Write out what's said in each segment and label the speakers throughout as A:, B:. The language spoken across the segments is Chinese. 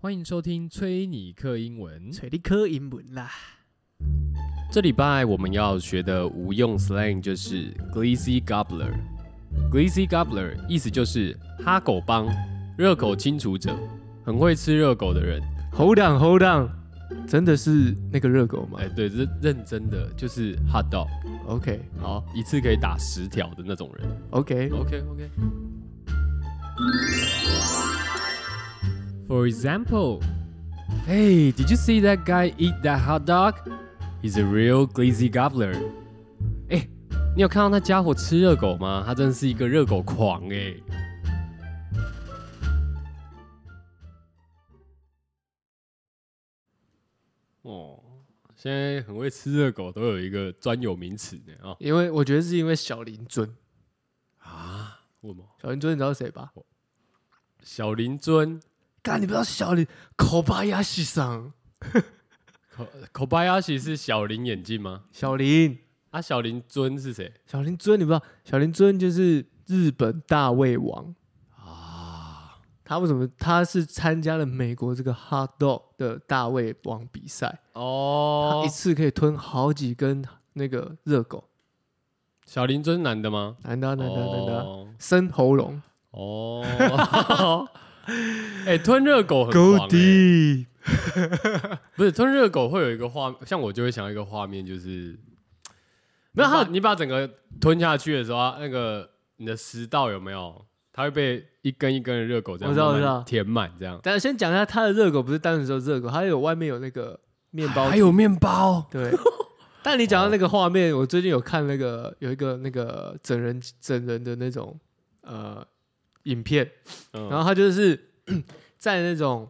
A: 欢迎收听崔尼克英文。
B: 找你考英文啦。
A: 这礼拜我们要学的无用 slang 就是 Greasy Gobbler。Greasy Gobbler 意思就是哈狗帮、热狗清除者，很会吃热狗的人。
B: Hold on, hold on，真的是那个热狗吗
A: 哎，对，认认真的就是 hot dog，
B: ？OK
A: 好，一次可以打十条的那种人。
B: OK，
A: OK OK。For example, hey, did you see that guy eat that hot dog? He's a real glazy gobbler. 哎、你有看到那家伙吃热狗吗？他真是一个热狗狂哎、哦，现在很会吃热狗都有一个专有名词呢啊
B: 因为我觉得是因为小林尊，
A: 啊！我吗？
B: 小林尊你知道谁吧？
A: 小林尊
B: 干，你不知道小林口巴亚西桑，
A: 口巴亚喜是小林眼镜吗？
B: 小林，
A: 啊，小林尊是谁
B: 小林尊，你不知道小林尊就是日本大胃王，
A: 啊？
B: 他为什么他是参加了美国这个 hot dog 的大胃王比赛，他
A: 哦
B: 一，次可以吞好几根那个热狗，
A: 小林尊男的吗？
B: 难得难得难得，
A: 哦
B: 生喉咙
A: 哦，哎、吞热狗很
B: ，Go
A: 狂、欸，
B: deep。
A: 不是吞热狗会有一个画，像我就会想到一个画面，就是
B: 没
A: 你
B: 有
A: 把
B: 他
A: 你把整个吞下去的时候啊，那个你的食道有没有？它会被一根一根的热狗这样
B: 我知道
A: 慢慢
B: 我知道
A: 填满，这样
B: 等下先讲一下它的热狗，不是单纯只有热狗，它有外面有那个面包。
A: 有面包
B: 对。但你讲到那个画面，我最近有看那个有一个那个整人整人的那种呃影片，
A: 嗯
B: 然后他就是 在那种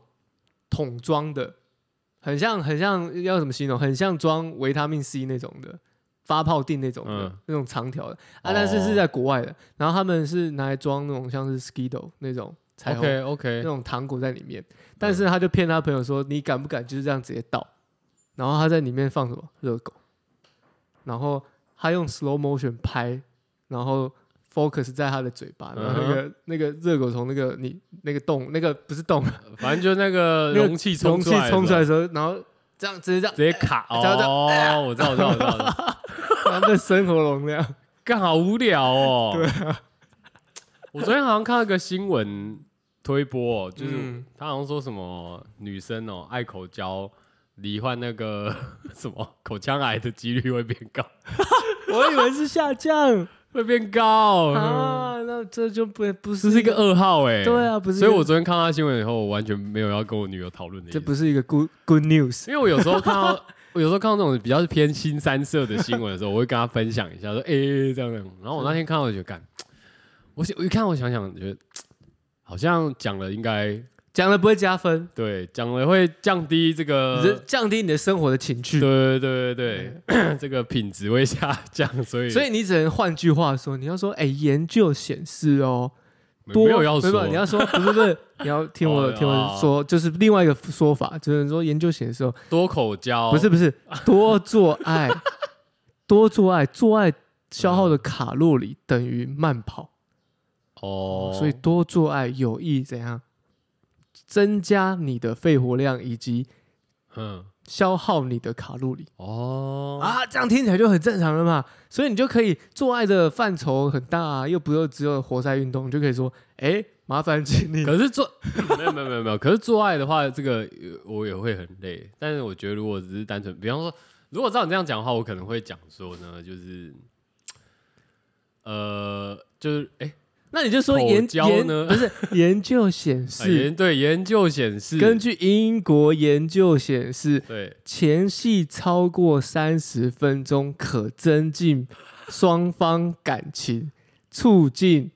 B: 桶装的，很像很像要怎么形容？很像装维他命 C 那种的发泡锭那种的、
A: 嗯
B: 那种长条的
A: 哦
B: 啊，但是是在国外的。然后他们是拿来装那种像是 Skido 那种彩虹
A: OK
B: 那
A: OK，
B: 种糖果在里面，但是他就骗他朋友说你敢不敢就是这样直接倒，然后他在里面放什么热狗，然后他用 slow motion 拍，然后 focus 在他的嘴巴，然后那个、那个热狗从那个你那个洞那个不是洞，
A: 反正就那个
B: 那个
A: 容器冲
B: 容器
A: 出来的时候，
B: 冲出来的时候，然后这样直接这样，
A: 直接 卡
B: 这样这样
A: 哦，我知道，我知道，我知道我知 道，
B: 然后被生喉咙那样，
A: 干好无聊哦。对啊，我昨天好像看到一个新闻推播、哦，就是
B: 嗯
A: 他好像说什么女生哦爱口交，罹患那个 什么口腔癌的几率会变 高，
B: 我以为是下降
A: 会变高，
B: 啊，那这就不不
A: 这
B: 是
A: 是一个噩耗哎、
B: 对啊，不是一
A: 所
B: 个，
A: 以我昨天看到他新闻以后，我完全没有要跟我女友讨论的意思。
B: 这不是一个 good good news。
A: 因为我有时候看到，我有时候看到那种比较偏新三色的新闻的时候，我会跟他分享一下，说哎、欸这样这样。然后我那天看到，我就干，我想我一看我想想，觉得好像讲了应该
B: 讲了不会加分，
A: 对讲了会降低这
B: 你是
A: 个，
B: 降低你的生活的情
A: 对
B: 趣，
A: 对对对对， 这个品质会下降，所以
B: 所以你只能换句话说，你要说，哎、研究显示哦，多
A: 没有要
B: 没
A: 说，
B: 你要说，不是 不是，你要听我
A: 哦
B: 听我
A: 哦
B: 说，就是另外一个说法，就是说研究显示哦，
A: 多口交，
B: 不是不是，多做 爱，多做爱，做爱消耗的卡路里等于慢跑，
A: 哦，
B: 所以多做爱有益怎样？增加你的肺活量以及
A: 嗯
B: 消耗你的卡路里。
A: 哦
B: 啊，这样听起来就很正常了嘛，所以你就可以做爱的范畴很大啊，又不是只有活塞运动，你就可以说，哎、麻烦请你
A: 可是做没有没有没有没有，可是做爱的话，这个呃我也会很累。但是我觉得，如果只是单纯，比方说，如果照你这样讲的话，我可能会讲说呢，就是呃，就是哎、
B: 那你就说
A: 口
B: 研
A: 交
B: 研
A: 呢
B: 不是研究显
A: 啊
B: 示，
A: 研对研究显示，
B: 根据英国研究显示，
A: 对
B: 前戏超过三十分钟可增进双方感情，促进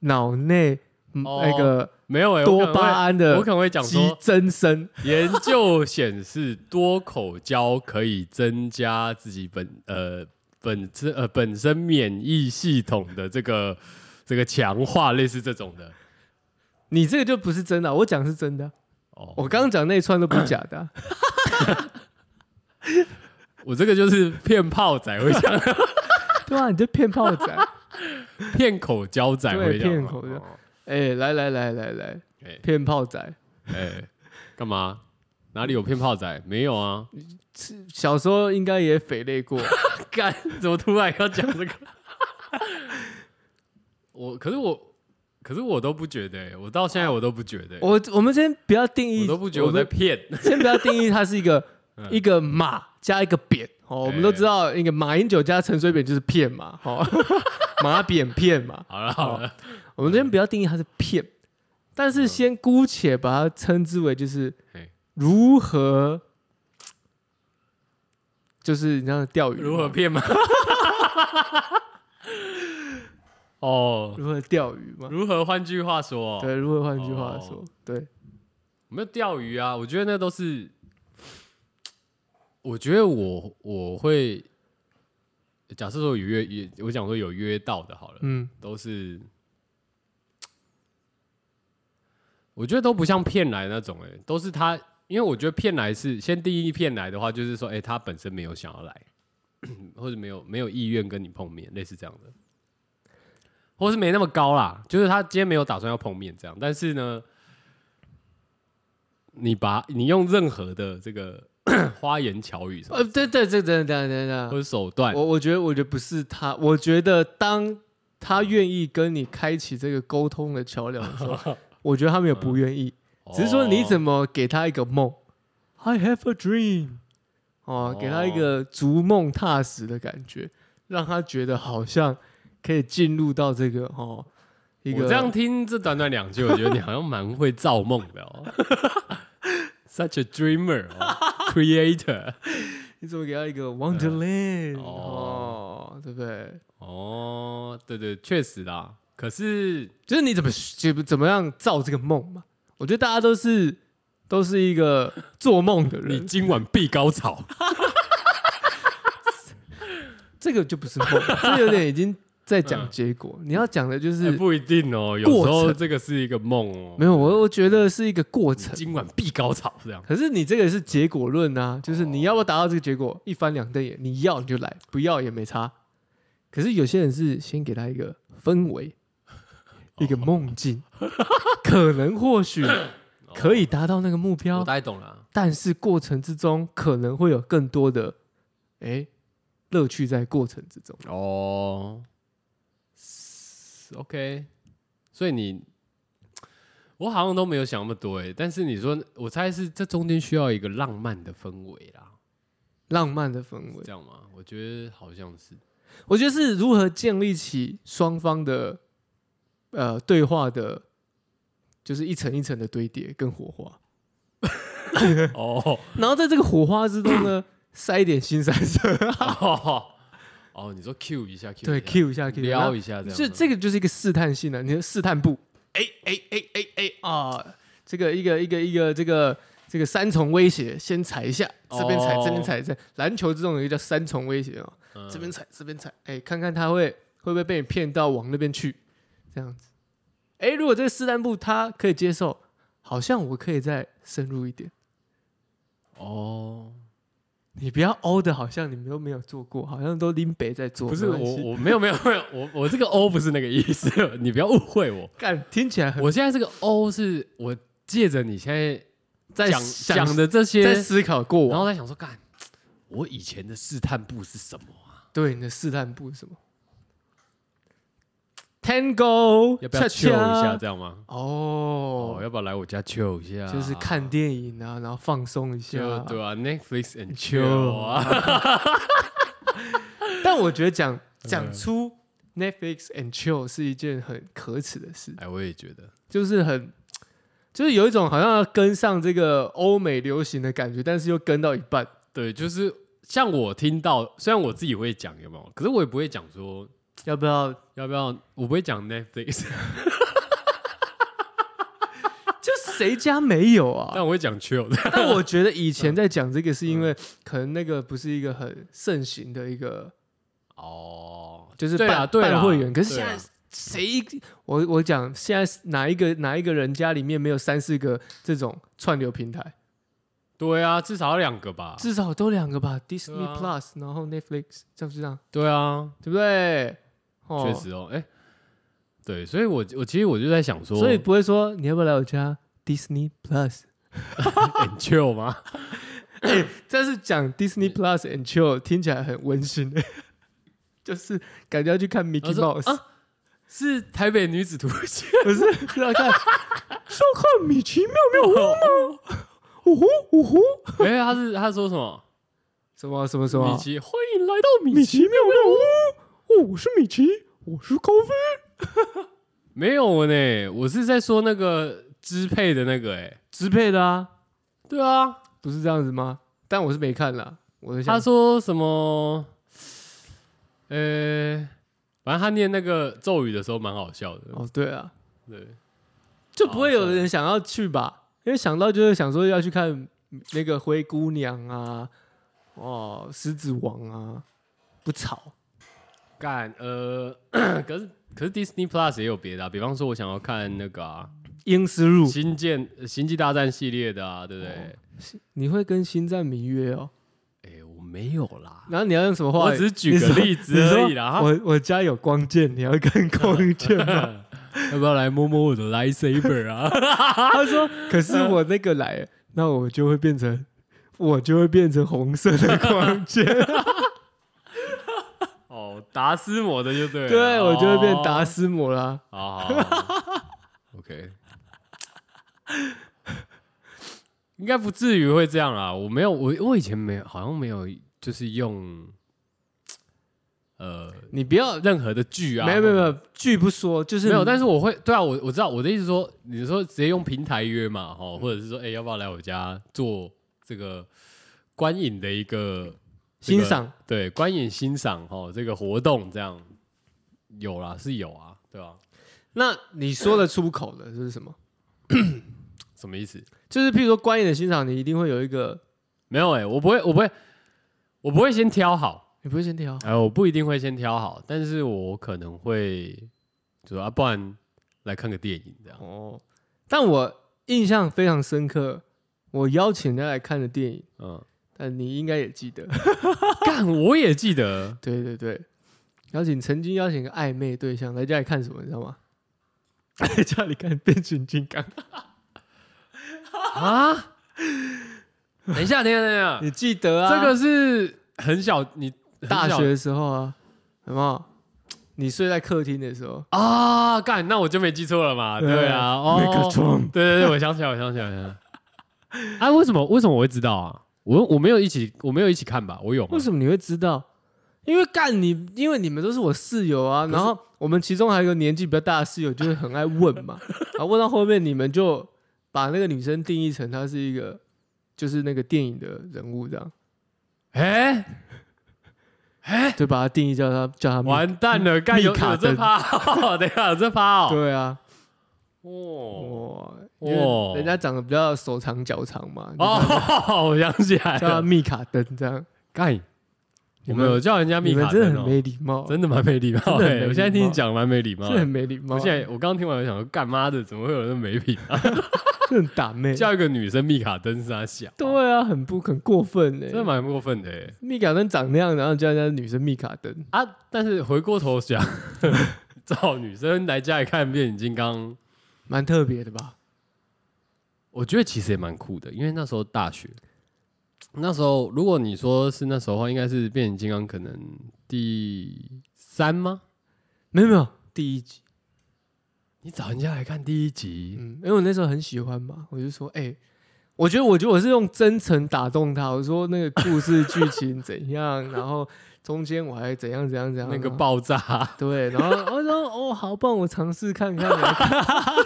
B: 脑内、嗯
A: 哦
B: 那个
A: 没有哎、我可能
B: 多
A: 会
B: 巴胺
A: 我
B: 的
A: 可能会讲
B: 激
A: 说，
B: 增生。
A: 研究显示多口交可以增加自己本呃本身呃本身免疫系统的这个这个强化，类似这种的
B: 你这个就不是真的啊、我讲是真的啊、
A: 哦。
B: 我刚刚讲那一串都 不是假的啊、
A: 我这个就是骗炮仔会讲，
B: 对啊，你就骗炮仔。
A: 骗口交仔会
B: 对
A: 讲，
B: 骗口交
A: 哦。
B: 哎、来来来来来，
A: 哎
B: 骗炮仔，
A: 哎，干嘛？哪里有骗炮仔？没有啊！
B: 小时候应该也肥累过，
A: 干，怎么突然要讲这个？ 我可是我，可是我都不觉得欸、我到现在我都不觉得欸、欸
B: 我我们先不要定义，
A: 我都不觉得我在
B: 们
A: 骗。
B: 先不要定义它是一个
A: 嗯哎
B: 一个马加一个扁哦，我们都知道一个马英九加陈水扁就是骗嘛，哦， 马扁骗嘛，
A: 好了好了，
B: 我们先不要定义它是骗，但
A: 嗯
B: 是先姑且把它称之为就是
A: 嘿
B: 如何，就是你知道钓鱼吗
A: 如何骗吗？ 哦，
B: 如何钓鱼嘛？
A: 如何？换句话说，
B: 对，如何换句话说，
A: 哦
B: 对，
A: 我没有钓鱼啊，我觉得那都是， 我觉得我我会假设说有约也，我讲说有约到的，好了，
B: 嗯，
A: 都是，我觉得都不像骗来那种、欸，哎，都是他，因为我觉得骗来是先定义骗来的话，就是说，哎、他本身没有想要来， 或者没有没有意愿跟你碰面，类似这样的，或是没那么高啦，就是他今天没有打算要碰面这样，但是呢，你把你用任何的这个 花言巧语什么
B: 呃，对对，这等等等等
A: 或，者手段，
B: 呃我我觉得我觉得不是他，我觉得当他愿意跟你开启这个沟通的桥梁的时 候，我觉得他们也不愿意，只是说你
A: 么。
B: 怎么给他一个梦，I have a dream，哦，给他一个逐梦踏实的感觉，让他觉得好像可以进入到这个哦一个
A: 我这样听这短短两句，我觉得你好像蛮会造梦的 哦，such a dreamer，creator、creator
B: 你怎么给他一个 Wonderland
A: 哦
B: 哦，对不对？
A: 哦，对对，确实啦。可是
B: 就是你怎么怎怎么样造这个梦嘛？我觉得大家都是都是一个做梦的
A: 你
B: 人，
A: 今晚必高潮，
B: 这个就 不是梦，这有点已经在讲结果。你要讲的就
A: 哎
B: 是
A: 不一定哦，有时候这个是一个梦哦。
B: 没有，我我觉得是一个过
A: 你
B: 程。
A: 今晚必高潮这样。
B: 可是你这个是结果论
A: 哦
B: 啊，就是你要不要达到这个结果，一翻两瞪眼，你要你就来，不要也没差。可是有些人是先给他一个氛围，
A: 哦
B: 一个梦境，可能或许
A: 哦
B: 可以啊达到那个目
A: 我
B: 标，
A: 大概懂了。
B: 但是过程之中可能会有更多的哎乐趣在过程之中。
A: 哦是，OK，所以你。我好像都没有想那么多哎，但是你说，我猜是这中间需要一个浪漫的氛围啦。
B: 浪漫的氛围
A: 这，样吗？我觉得好像是。
B: 我觉得是如何建立起双方的呃对话的，就是一层一层的堆叠跟火花，
A: 哦
B: 然后在这个火花之中呢，塞一点新三色，
A: 哦 哦，你说 Q 一下，Q
B: 对
A: 一下
B: ，Q 一下 Q
A: 撩一下这样吗。
B: 就这个就是一个试探性的，你的试探步，哎哎哎哎哎啊，这个一个一个一个这个这个三重威胁，先踩一下，这边踩
A: 哦
B: 这边踩，这篮球之中有一个叫三重威胁哦，
A: 嗯
B: 这边踩这边踩，哎，看看他会会不会被你骗到往那边去，这样子，哎，如果这个试探步他可以接受，好像我可以再深入一点，
A: 哦，
B: 你不要欧的，好像你们都没有做过，好像都林北在做，
A: 不是
B: 没关
A: 我
B: 系
A: 我哦没有没有没有我我这个 O 不是那个意思， 你不要误会 我。
B: 干听起来很
A: 我现在这个 O 是我借着你现在
B: 在
A: 讲
B: 想
A: 讲的这些，
B: 在思考过
A: 然
B: 往。
A: 后在想说，干，我以前的试探步是什么啊？
B: 对，你的试探步是什么？Tango，
A: 要不要
B: 恰
A: chill
B: 恰
A: 一下？这样吗？哦，
B: 哦，
A: 要不要来我家 chill 一下？
B: 就是看电影啊，然后放松一下。
A: 就对啊，Netflix and
B: Chill
A: chill 啊。
B: 但我觉得讲
A: 嗯
B: 讲出 Netflix and chill 是一件很可耻的事，
A: 哎，我也觉得，
B: 就是很，就是有一种好像要跟上这个欧美流行的感觉，但是又跟到一半。
A: 对，就是像我听到，虽然我自己会讲有没有，可是我也不会讲说
B: 要不要？
A: 要不要，我不会讲 Netflix，
B: 就谁家没有 啊？
A: 但我会讲 chill 的。
B: 但我觉得以
A: 嗯
B: 前在讲这个，是因为可能那个不是一个很盛行的一个，
A: 哦，
B: 就是
A: 对啊，
B: 办
A: 对啊，
B: 办会员。可是
A: 对
B: 现
A: 啊
B: 在谁，我我讲现在哪一个哪一个人家里面没有三四个这种串流平台，
A: 对啊，至少要两个吧。
B: 至少都两个吧
A: 对
B: ，Disney
A: 啊
B: Plus，然后 Netflix，这样就这样，
A: 对啊，
B: 对不对？哦
A: 确，实哦，哎，对，所以我我其实我就在想说，
B: 所以不会说你要不要来我家 Disney Plus，
A: 很 chill 吗？
B: 但是讲 Disney Plus and Chill 听起来很温馨， 就是感觉要去看 Mickey
A: 我说
B: Mouse，、
A: 啊是台北女子图鉴，
B: 不是是要看 收看米奇妙 妙屋吗？呜呼呜呼，
A: 哎、他是他说什么？
B: 什么啊什么什
A: 米
B: 么？
A: 奇，欢迎来到啊米
B: 米
A: 奇。
B: 奇妙妙屋，哦，我是米奇，我是高飞。
A: 没有呢，我是在说那个支配的那个、哎，
B: 支配的啊，
A: 对啊，
B: 不是这样子吗？但我是没看啦，我在
A: 他
B: 想，
A: 说什么？呃、反正他念那个咒语的时候蛮好笑的，
B: 哦，对啊，
A: 对，
B: 就不会有人想要去吧？因为想到就是想说要去看那个灰姑娘啊，哦，狮子王啊，不吵
A: 干呃， 可是可是 Disney Plus 也有别的、啊，比方说我想要看那个啊，
B: 英丝 路，
A: 星舰呃星际大战系列的啊，对不对？
B: 哦
A: 哎、
B: 你会跟星战迷约哦？
A: 我没有啦，
B: 然后你要用什么话语？
A: 我只是举个例子
B: 你说
A: 而已啦。
B: 我我家有光剑，你要跟 光剑吗？
A: 要不要来摸摸我的 lightsaber 啊？
B: 他说，可是我那个来了，那我就会变成，我就会变成红色的光剑。
A: 哦，达斯摩的就对了， 哦
B: 对，我就会变达
A: 斯。
B: 斯摩啦。
A: 好好好 ，OK，应该不至于会这样啦。我没有，我我以前没有，好像没有，就是用呃
B: 你不要，
A: 任何的剧啊，
B: 没有没有没有，剧不说，就是
A: 没有，但
B: 是
A: 是我会对啊，我我知道我的意思说，你说直接用平台约嘛，哈，或者是说，哎、要不要来我家做这个观影的一个这个
B: 欣赏
A: 对观影欣赏哈这个活动这样有啦，是有啊，对吧、
B: 那你说的出口的是什么？
A: 什么意思？
B: 就是譬如说观影的欣赏，你一定会有一个，
A: 没有哎、我不会，我不会，我不会先挑好，
B: 你不会先挑，
A: 哎、我不一定会先挑好，但是我可能会就说啊，不然来看个电影这样。
B: 哦，但我印象非常深刻，我邀请人家来看的电影，
A: 嗯，
B: 但你应该也记得。
A: 干，我也记 得
B: 对对对，邀请曾经邀请一个暧昧对象来家里看什么，你知道吗？来 家里看变形金刚，
A: 啊。等一下，等一下，等一下，
B: 你记得啊？
A: 这个是很小，你很
B: 大
A: 小
B: 学的时候啊，有没有？你睡在客厅的时候，
A: 啊？干，那我就没记错了嘛？对啊，哦，
B: 床，
A: 对对对，我想起来，我想起来，我想起来。 啊，为什么为什么我会知道啊？我我没有一起，我没有一起看吧？我有吗
B: 为？什么你会知道？因为干你，因为你们都是我室友啊，然后我们其中还有一个年纪比较大的室友，就是很爱问 嘛，然后问到后面你们就把那个女生定义成她是一个，就是那个电影的人物这样，
A: 哎、
B: 就把她定义叫她叫她 咪，
A: 完蛋了，干 有
B: 密卡
A: 有这
B: 登
A: 趴、哦， 等一下有这趴哦。
B: 对啊，
A: 哦
B: 哇，因
A: 哦
B: 为人家长得比较手长脚长嘛，你就
A: 哦， 我想起来
B: 叫她
A: 了，
B: 密卡登这样，
A: 干，我
B: 你
A: 们
B: 们
A: 有叫人家
B: 你
A: 密
B: 们
A: 卡
B: 真
A: 登
B: 的很
A: 哦，
B: 没礼貌，
A: 真的蛮没礼貌
B: 真的很没礼
A: 的。
B: 貌
A: 我现在听你讲蛮没礼貌
B: 这很
A: 的。
B: 没礼貌，
A: 我现在我刚听完，我想说，干妈的，怎么会有人没品、啊？
B: 这很打妹，
A: 叫一个女生密卡登是她小，
B: 对啊，很不很过分哎、
A: 真的蛮过分的、欸、
B: 密卡登长那样，然后叫人家女生密卡登，
A: 啊！但是回过头 想， 找女生来家里看变形金刚，
B: 蛮特别的吧？
A: 我觉得其实也蛮酷的，因为那时候大学，那时候如果你说是那时候的话，应该是变形金刚可能第三吗？
B: 没有没有，第一集，
A: 你找人家来看第一集，
B: 嗯，因为我那时候很喜欢嘛，我就说，哎、我觉得，我觉得我是用真诚打动他，我说那个故事剧情怎 样，然后中间我还怎样怎样怎样，
A: 那个
B: 然后
A: 爆炸，
B: 对，然后我说哦，好棒，我尝试看看，然后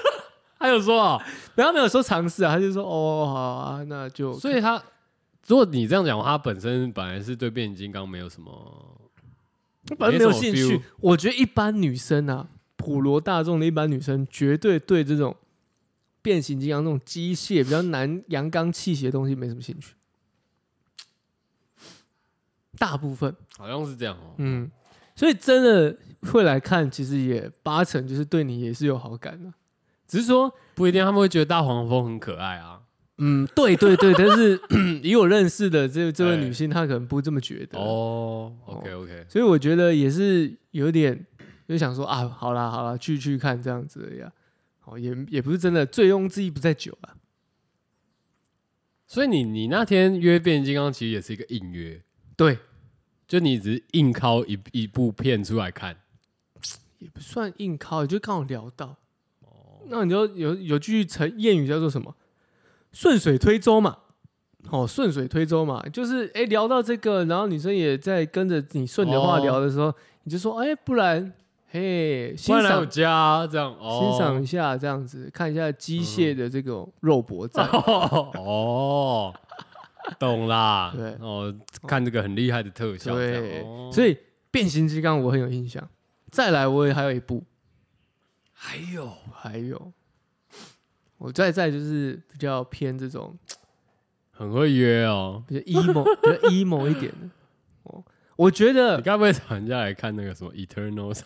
A: 还有说、 哦，
B: 然后没有说尝试啊，他就说哦好啊，那就
A: 所以他如果你这样讲的话，他本身本来是对变形金刚没有什么，
B: 反正没有
A: 没什么
B: 兴
A: feel
B: 趣。我觉得一般女生啊，普罗大众的一般女生，绝对对这种变形金刚那种机械比较难、阳刚气息的东西没什么兴趣。大部分，
A: 好像是这样哦。
B: 嗯，所以真的会来看，其实也八成就是对你也是有好感的、啊只是说，
A: 不一定，他们会觉得大黄蜂很可爱啊。
B: 嗯，对对对，但是 以我认识的这这位
A: 哎
B: 女性，她可能不这么觉得。
A: 哦，OK OK，
B: 所以我觉得也是有点就想说啊，好啦好啦，去去看这样子而已、啊。哦，也也不是真的，醉翁之意不在酒啊。
A: 所以你你那天约变形金刚其实也是一个硬约，
B: 对，
A: 就你只是硬靠一一部片出来看。
B: 也不算硬靠，就刚好聊到。
A: 哦
B: 那你就有有句成谚语叫做什么？顺水推舟嘛。哦，顺水推舟嘛，就是哎、诶聊到这个，然后女生也在跟着你顺的话
A: 哦
B: 聊的时候，你就说哎、不然嘿，
A: 不
B: 欣
A: 然来我
B: 赏
A: 家啊这样哦，嗯
B: 欣赏一下这样子，看一下机械的这种肉搏战。
A: 哦，懂啦。
B: 对
A: 哦，看这个很厉害的特效，这
B: 对
A: 样，哦
B: 所以变形金刚我很有印象。再来，我也还有一部，
A: 还有
B: 还有我再再就是比较偏这种
A: 很会约哦。
B: 比较 emo 比较 emo 一点的。哦，我觉
A: 你
B: 得
A: 该不会找人家来看那个什么《Eternal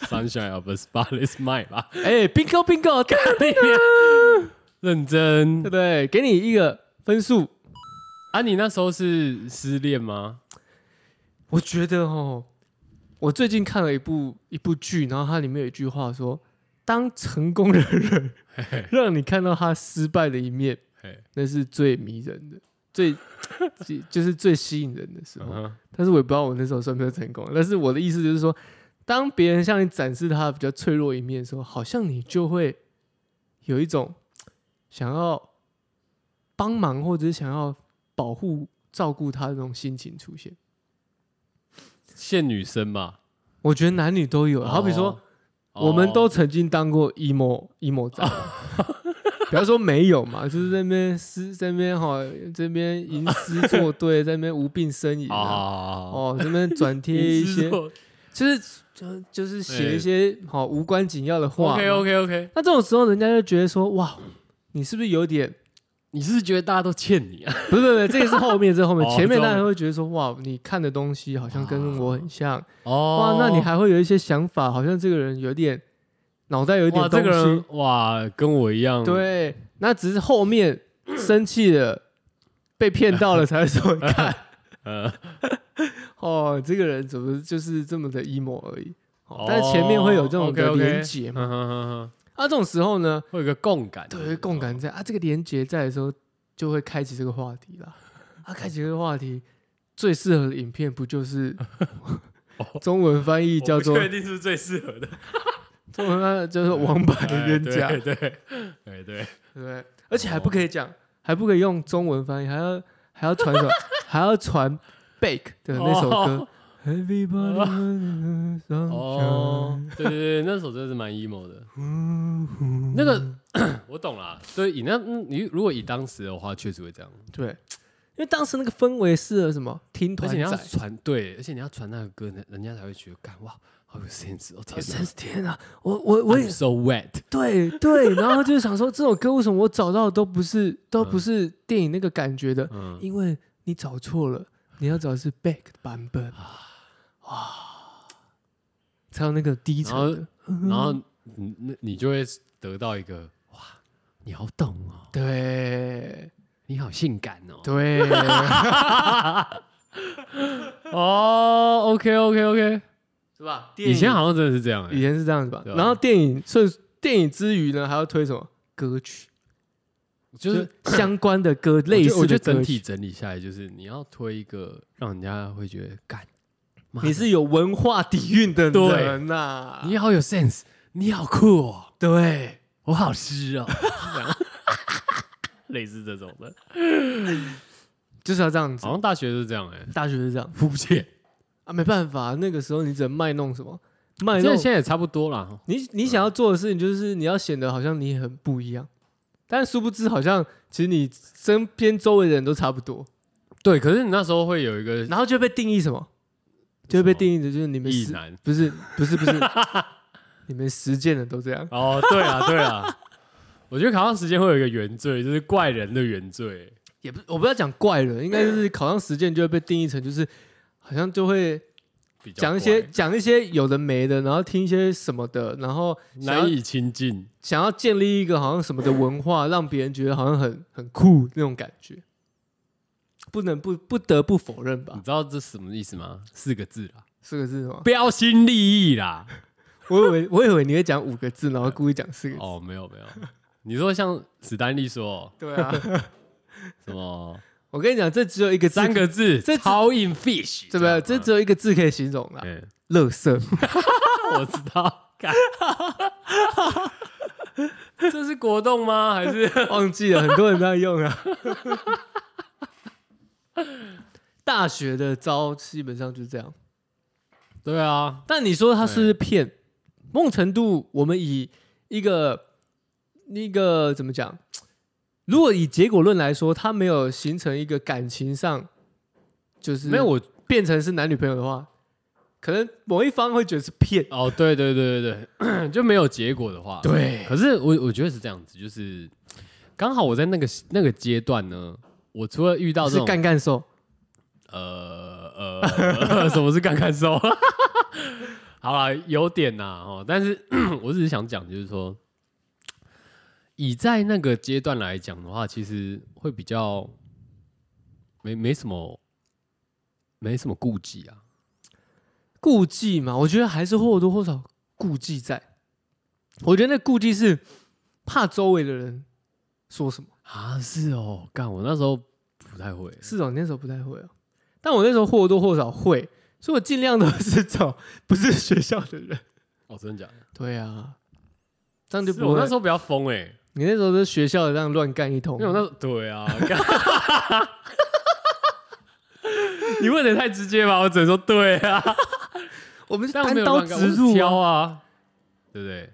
A: Sunshine of a Spotless Mind》吧？
B: 哎、b i n g o bingo，对
A: 认真
B: 不对？给你一个分数。
A: 啊！你那时候是失恋吗？
B: 我觉得哦，我最近看了一部一部剧，然后它里面有一句话说：“当成功 的人让你看到他失败的一面，
A: 嘿，
B: 那是最迷人的，最就就是最吸引人的时
A: 嗯
B: 候。
A: 哼
B: 但是我也不知道我那时候算不算成功。但是我的意思就是说，当别人向你展示他比较脆弱一面的时候，好像你就会有一种想要帮忙或者是想要保护、照顾他的那种心情出现。
A: 限女生吧？
B: 我觉得男女都有，好比说，
A: 哦
B: 我们都曾经当过 emo emo 仔。 不要说没有嘛，就是在那边私在那边哈，这边吟诗作对，在那边无病呻吟、
A: 哦
B: 啊，
A: 哦，
B: 哦，这边转贴一些，就是就就是写一些好、无关紧要的话嘛。
A: OK OK OK，
B: 那这种时候，人家就觉得说，哇，你是不是有点？
A: 你是不是觉得大家都欠你啊？
B: 不是不是不是，这个是后面，这是后面，
A: 哦
B: 前面
A: 这
B: 大家
A: 种
B: 会觉得说，哇，你看的东西好像跟我很像，
A: 哦
B: 哇，那你还会有一些想法，好像这个人有点脑袋有点
A: 哇，
B: 东
A: 这
B: 西。
A: 个人哇，跟我一样，
B: 对，那只是后面生气了，被骗到了才会说，你 看
A: 呃，
B: 哦，这个人怎么就是这么的 emo 而已。哦
A: 哦
B: 但是前面会有这种的
A: OK，OK 嗯
B: 连结嘛？
A: 哼哼哼
B: 啊，这种时候呢，
A: 哼会有个共感，
B: 对，共感在啊，这个连接在的时候，就会开启这个话题 啦。啊，开启这个话题，最适合的影片不就是 中文翻译叫做
A: 哦我不确定是不是最适合的
B: 中文翻译就是《 王牌冤家》
A: 哎对
B: 对
A: 对对对，哦
B: 不对？而且还不可以讲，还不可以用中文翻译，还要还要传什么？ 还要传 Bake 的那首歌。Everybody wants the
A: 哦
B: sunshine，
A: 对对对，那首真的是蛮 emo 的。那个 我懂啦，所以以那嗯你如果以当时的话，确实会这样，
B: 对，因为当时那个氛围适合什么？听
A: 而
B: 团
A: 且你要
B: 仔。
A: 传对，而且你要传那个歌，人人家才会觉得，干哇，好有 sense 哦，天
B: 真
A: 哪
B: 是天啊！我我我也
A: ，I'm so wet，
B: 对对，然后就是想说，这首歌为什么我找到的都不是都不是电影那个感觉的？
A: 嗯，
B: 因为你找错了，你要找的是 back 的版本啊，才有那个低
A: 然后
B: 潮的。
A: 然后你那你就会得到一个哇，你好懂哦，
B: 对
A: 你好性感哦，
B: 对，
A: 哦，OK OK OK，
B: 是吧？
A: 以前好像真的是这样、
B: 以
A: 欸，
B: 前是这样子吧。
A: 对啊
B: 然后电影顺电影之余呢，还要推什么歌曲？
A: 就是
B: 相关的歌，
A: 我觉
B: 类似
A: 我觉得
B: 的
A: 整
B: 歌
A: 体
B: 曲。
A: 整理下来，就是你要推一个让人家会觉得干，妈的
B: 你是有文化底蕴的
A: 对
B: 人呐、
A: 你好有 sense，你好酷哦，
B: 对。
A: 我好湿哦，这样 类似这种的，
B: 就是要这样子
A: 好。像大学是这样哎、
B: 大学是这样
A: 肤浅，
B: 啊，没办法，那个时候你只能卖弄什么？卖
A: 现
B: 弄
A: 在现在也差不多啦。
B: 你你想要做的事情，就是你要显得好像你很不一样，但殊不知好像其实你身边周围的人都差不多，
A: 对，可是你那时候会有一个
B: 然后就被定义什么？就被定义的就是你们
A: 意
B: 实
A: 男。
B: 不是不是不 是，你们实践的都这样。
A: 哦，对啊，对啊， 我觉得考上时间会有一个原罪，就是怪人的原罪。
B: 也不，我不要讲怪人，应该就是考上实践就会被定义成就是，好像就会
A: 比较
B: 讲一些
A: 怪
B: 讲一些有的没的，然后听一些什么的，然后想要
A: 难以亲近，
B: 想要建立一个好像什么的文化，让别人觉得好像很很酷那种感觉，不能不不得不否认
A: 你
B: 吧？
A: 知道这什么意思吗？四个字 啦，
B: 四个字吗？
A: 标新立异啦。
B: 我以为我以为你会讲五个
A: 哦
B: 字，然后故意讲四个字。
A: 哦，没有没有，你说像史丹利说，
B: 对啊，
A: 什么
B: 我跟你讲，这只有一个字
A: 三，个字，
B: 这
A: 超硬 fish，
B: 对不
A: 这
B: 对？这
A: 样啊
B: 只有一个字可以形容了，
A: 嗯，
B: 乐色。
A: 我知道。 干这是果冻吗？还是
B: 忘记了，很多人在用啊。大学的招基本上就是这样，
A: 对啊，
B: 但你说他是不是骗？某种程度，我们以一个一个怎么讲？如果以结果论来说，他没有形成一个感情上，就是
A: 没有我
B: 变成是男女朋友的话，可能某一方会觉得是骗。
A: 哦，对对对对对， 就没有结果的话，
B: 对
A: 可是我我觉得是这样子，就是刚好我在那个那个阶段呢，我除了遇到这
B: 是
A: 种
B: 干干瘦，
A: 呃呃， 什么是干干瘦？好啦，有点呐哦，但是 我只是想讲，就是说，以在那个阶段来讲的话，其实会比较没没什么没什么顾忌啊。
B: 顾忌嘛，我觉得还是或多或少顾忌在。我觉得那顾忌是怕周围的人说什么。
A: 啊，是哦，干我那时候不太会，
B: 是哦，你那时候不太会哦，但我那时候或多或少会，所以我尽量都是找 不是学校的人。
A: 哦，真的假的？
B: 对啊，这样就是不
A: 我
B: 会。
A: 那时候比较疯哎、
B: 你那时候是学校的，这样乱干一
A: 因
B: 通
A: 为。我那时候对啊，干你问的太直接吧，我只能说对 啊。
B: 我们是
A: 但我
B: 单
A: 没有
B: 刀
A: 乱干
B: 直入
A: 我是挑
B: 啊，
A: 啊，对不对？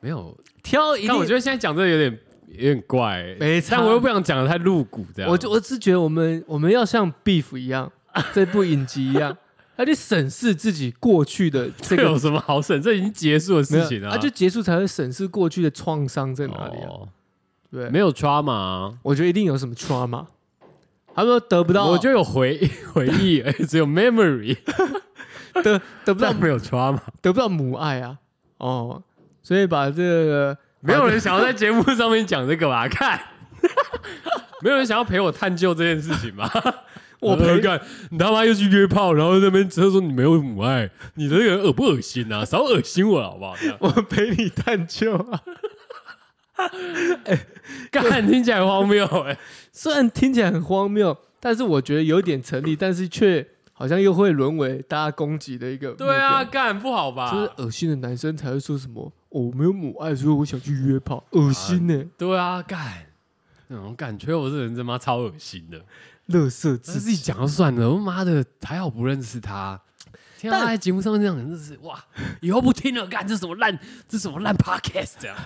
A: 没有，
B: 挑一定。
A: 但我觉得现在讲这个有点有点怪、欸，
B: 没差
A: 但我又不想讲的太露骨，这样。
B: 我就我是觉得我们我们要像 Beef 一样，这部影集一 样，要去审视自己过去的这
A: 这
B: 个
A: 有什么好审？这已经结束的
B: 没有
A: 事情了、
B: 啊，就结束才会审视过去的创伤在哪里啊？
A: 哦
B: 对不对，
A: 没有 trauma，、啊、
B: 我觉得一定有什么 trauma，他说得不到，
A: 我觉得有回回忆， 而且只有 memory，
B: 得得得不到
A: 但没有 trauma。
B: 得不到母爱啊，哦，所以把这个
A: 没有人想要在节目上面讲这个 吧？看，没有人想要陪我探究这件事情 吧？
B: 我
A: 呃
B: 陪
A: 干，你他妈又去约炮，然后在那边他说你没有母爱，你这个人恶不恶心啊？少恶心我了好不 好？这样
B: 我陪你探究啊，
A: 干，听起来很荒谬哎、
B: 虽然听起来很荒谬，但是我觉得有点成立，但是却好像又会沦为大家攻击的一个目标
A: 对啊，， 干不好吧？
B: 就是恶心的男生才会说什么、哦我没有母爱，所以我想去约炮，恶心呢、欸
A: 对啊，干，那种感觉我这人他妈超恶心的。
B: 乐色
A: 自
B: 自
A: 己
B: 己
A: 讲就算了，我妈的还好不认识他。听到
B: 但
A: 他在节目上面这样，真的是哇！以后不听了，干这什么烂，这什么烂 podcast 啊这样。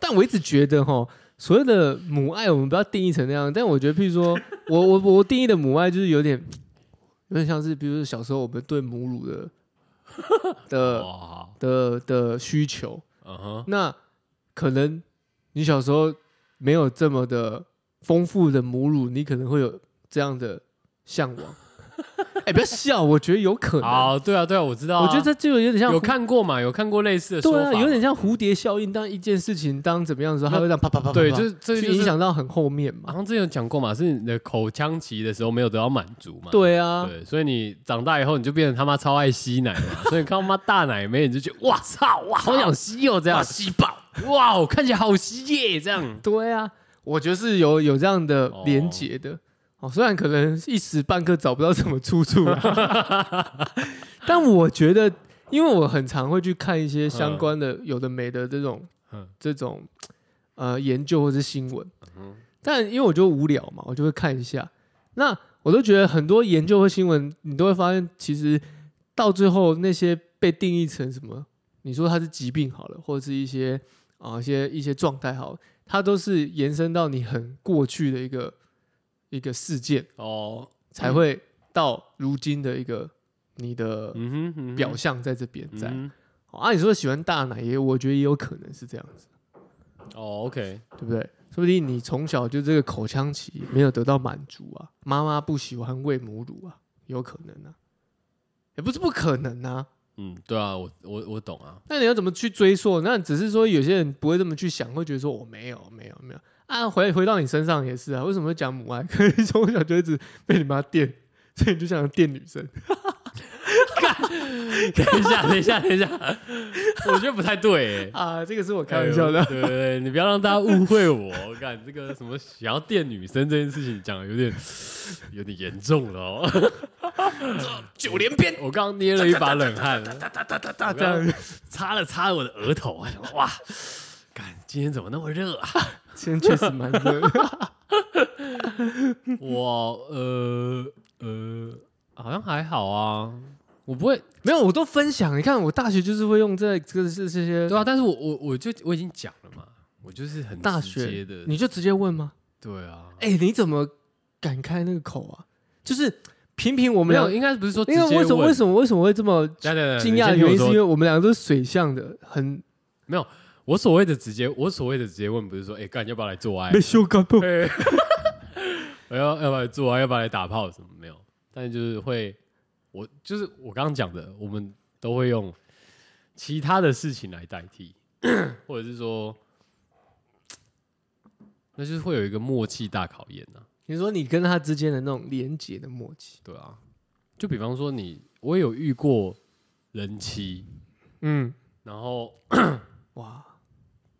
B: 但我一直觉得哈，所谓的母爱，我们不要定义成那样。但我觉得，譬如说， 我我我定义的母爱就是有点，有点像是，比如说小时候我们对母乳 的的
A: 哇，
B: 的的需求。
A: 嗯哼，
B: 那可能你小时候没有这么的丰富的母乳，你可能会有这样的向 往。哎、不要笑，我觉得有可能。
A: 好，对啊，对啊，我知道啊、
B: 我觉得这就有点像
A: 有
B: 蝴
A: 看过嘛，有看过类似的说
B: 对
A: 法
B: 啊，
A: 嘛，
B: 有点像蝴蝶效应。当一件事情当怎么样的时候，它会让啪啪啪啪啪，
A: 对，就是这
B: 去
A: 就是
B: 影响到很后面嘛
A: 好。像之前有讲过嘛，是你的口腔期的时候没有得到满足嘛。
B: 对啊，
A: 对，所以你长大以后你就变成他妈超爱吸奶嘛， 所以你看到妈大奶妹你就觉得哇操哇好想吸哦这样吸饱哇我看起来好吸耶这样。
B: 对啊，我觉得是有有这样的连结的。哦，虽然可能一时半刻找不到什么出处啦，但我觉得，因为我很常会去看一些相关的有的没的这种
A: 嗯
B: 这种呃研究或是新闻，但因为我就无聊嘛，我就会看一下。那我都觉得很多研究或新闻，你都会发现，其实到最后那些被定义成什么，你说它是疾病好了，或者是一些啊、一些一些状态好了，它都是延伸到你很过去的一个一个事件，
A: 哦，
B: 才会到如今的一个你的
A: 嗯哼，嗯哼
B: 表象在这边在。
A: 嗯
B: 哦啊，你说喜欢大奶也，我觉得也有可能是这样子，
A: 哼哦，OK，
B: 对不对？说不定你从小就这个口腔期没有得到满足啊，妈妈不喜欢喂母乳啊，有可能啊，也不是不可能啊。
A: 嗯，对啊，我我我懂啊，
B: 那你要怎么去追溯？那只是说有些人不会这么去想，会觉得说我没有，没有，没有啊。回回到你身上也是啊，为什么会讲 母爱？可能你从小就一直被你妈电，所以你就想电女生。
A: 等一下，等一下，等一下，我觉得不太对、欸。
B: 啊，这个是我开玩笑的
A: 哎。对对对，你不要让大家误会我。 干这个什么想要电女生这件事情，讲的有点 有点严重了哦。
C: 九连鞭，
A: 我刚刚捏了一把冷汗，
C: 哒哒哒哒哒
A: 我
C: 哒。
A: 刚擦了擦我的额头，我想说哇，干今天怎么那么热啊？
B: 今天确实蛮热。
A: 我呃呃，好像还好啊，我不会
B: 没有，我都分享。你看，我大学就是会用这这这这些
A: 对啊，但是我我我就我已经讲了嘛，我就是很
B: 大
A: 直接
B: 学
A: 的，，
B: 你就直接问吗？
A: 对啊，
B: 哎、你怎么敢开那个口啊？就是评评我
A: 没
B: 们俩
A: 有，，应该不是说直
B: 因
A: 接
B: 为为什么为
A: 么
B: 什么为什么会这么惊讶的原因，是因为我们两个都是水象的，很
A: 我所谓的直接，我所谓的直接问不是说，哎、干要不要来做 爱？
B: 羞感动。
A: 哎我要要不要来做爱？要不要来打炮？什么没有？但是就是会，我就是我刚刚讲的，我们都会用其他的事情来代替， 或者是说，那就是会有一个默契大考验呐、
B: 你说你跟他之间的那种连结的默契，
A: 对啊，就比方说你，我也有遇过人妻，
B: 嗯，
A: 然后
B: 哇，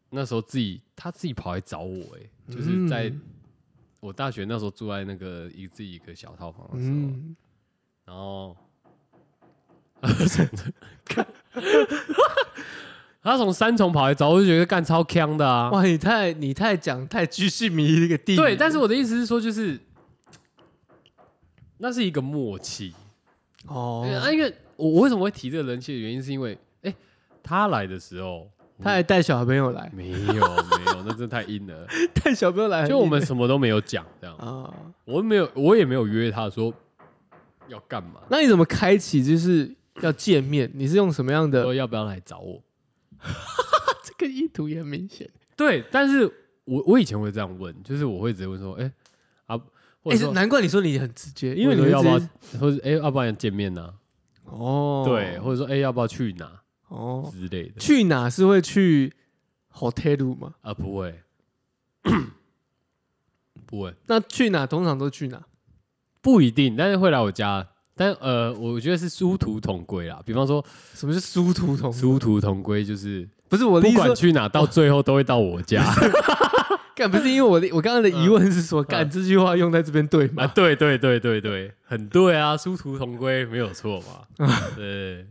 A: 那时候自己他自己跑来找我、欸，哎，就是在
B: 嗯
A: 我大学那时候住在那个一自己一个小套房的时候，
B: 嗯，
A: 然后他从三重跑来找我，我就觉得干超坑的啊。
B: 哇，你太你太讲太居心迷一个地，
A: 对，但是我的意思是说，就是那是一个默契。
B: 哦，
A: 对啊，因为我我为什么会提这个人气的原因，是因为哎、他来的时候
B: 他还带小朋友 来，
A: 没有没有，那真的太硬 了。
B: 带小朋友来很硬，
A: 就我们什么都没有讲，这样
B: 啊，
A: 我没有我也没有约他说要干嘛，
B: 那你怎么开启就是要见面？你是用什么样的
A: 说？要不要来找我。
B: 这个意图也很明显。
A: 对，但是我我以前会这样问，就是我会直接问说，哎、啊，或
B: 哎、
A: 者说、
B: 难怪你说你很直接，因
A: 或
B: 为
A: 者
B: 你
A: 说要不
B: 会直接
A: 要，或者哎、要不然见面呢、
B: 哦，
A: 对，或者说哎、要不要去哪
B: 哦，
A: 之类的？
B: 去哪是会去 hotel 嘛？
A: 啊，不会， 不会，
B: 那去哪通常都去哪？
A: 不一定，但是会来我家。但呃，我觉得是殊途同归啦。比方说，
B: 什么是殊途同？
A: 殊途同归就是
B: 不哦是我的
A: 不
B: 意思
A: 管
B: 说，
A: 去哪，到最后都会到我家
B: 干不是因为我的我刚刚的疑问是
A: 嗯
B: 说，干、这句话用在这边对吗？
A: 啊！对对对对对，很对啊，殊途同归没有错嘛。对，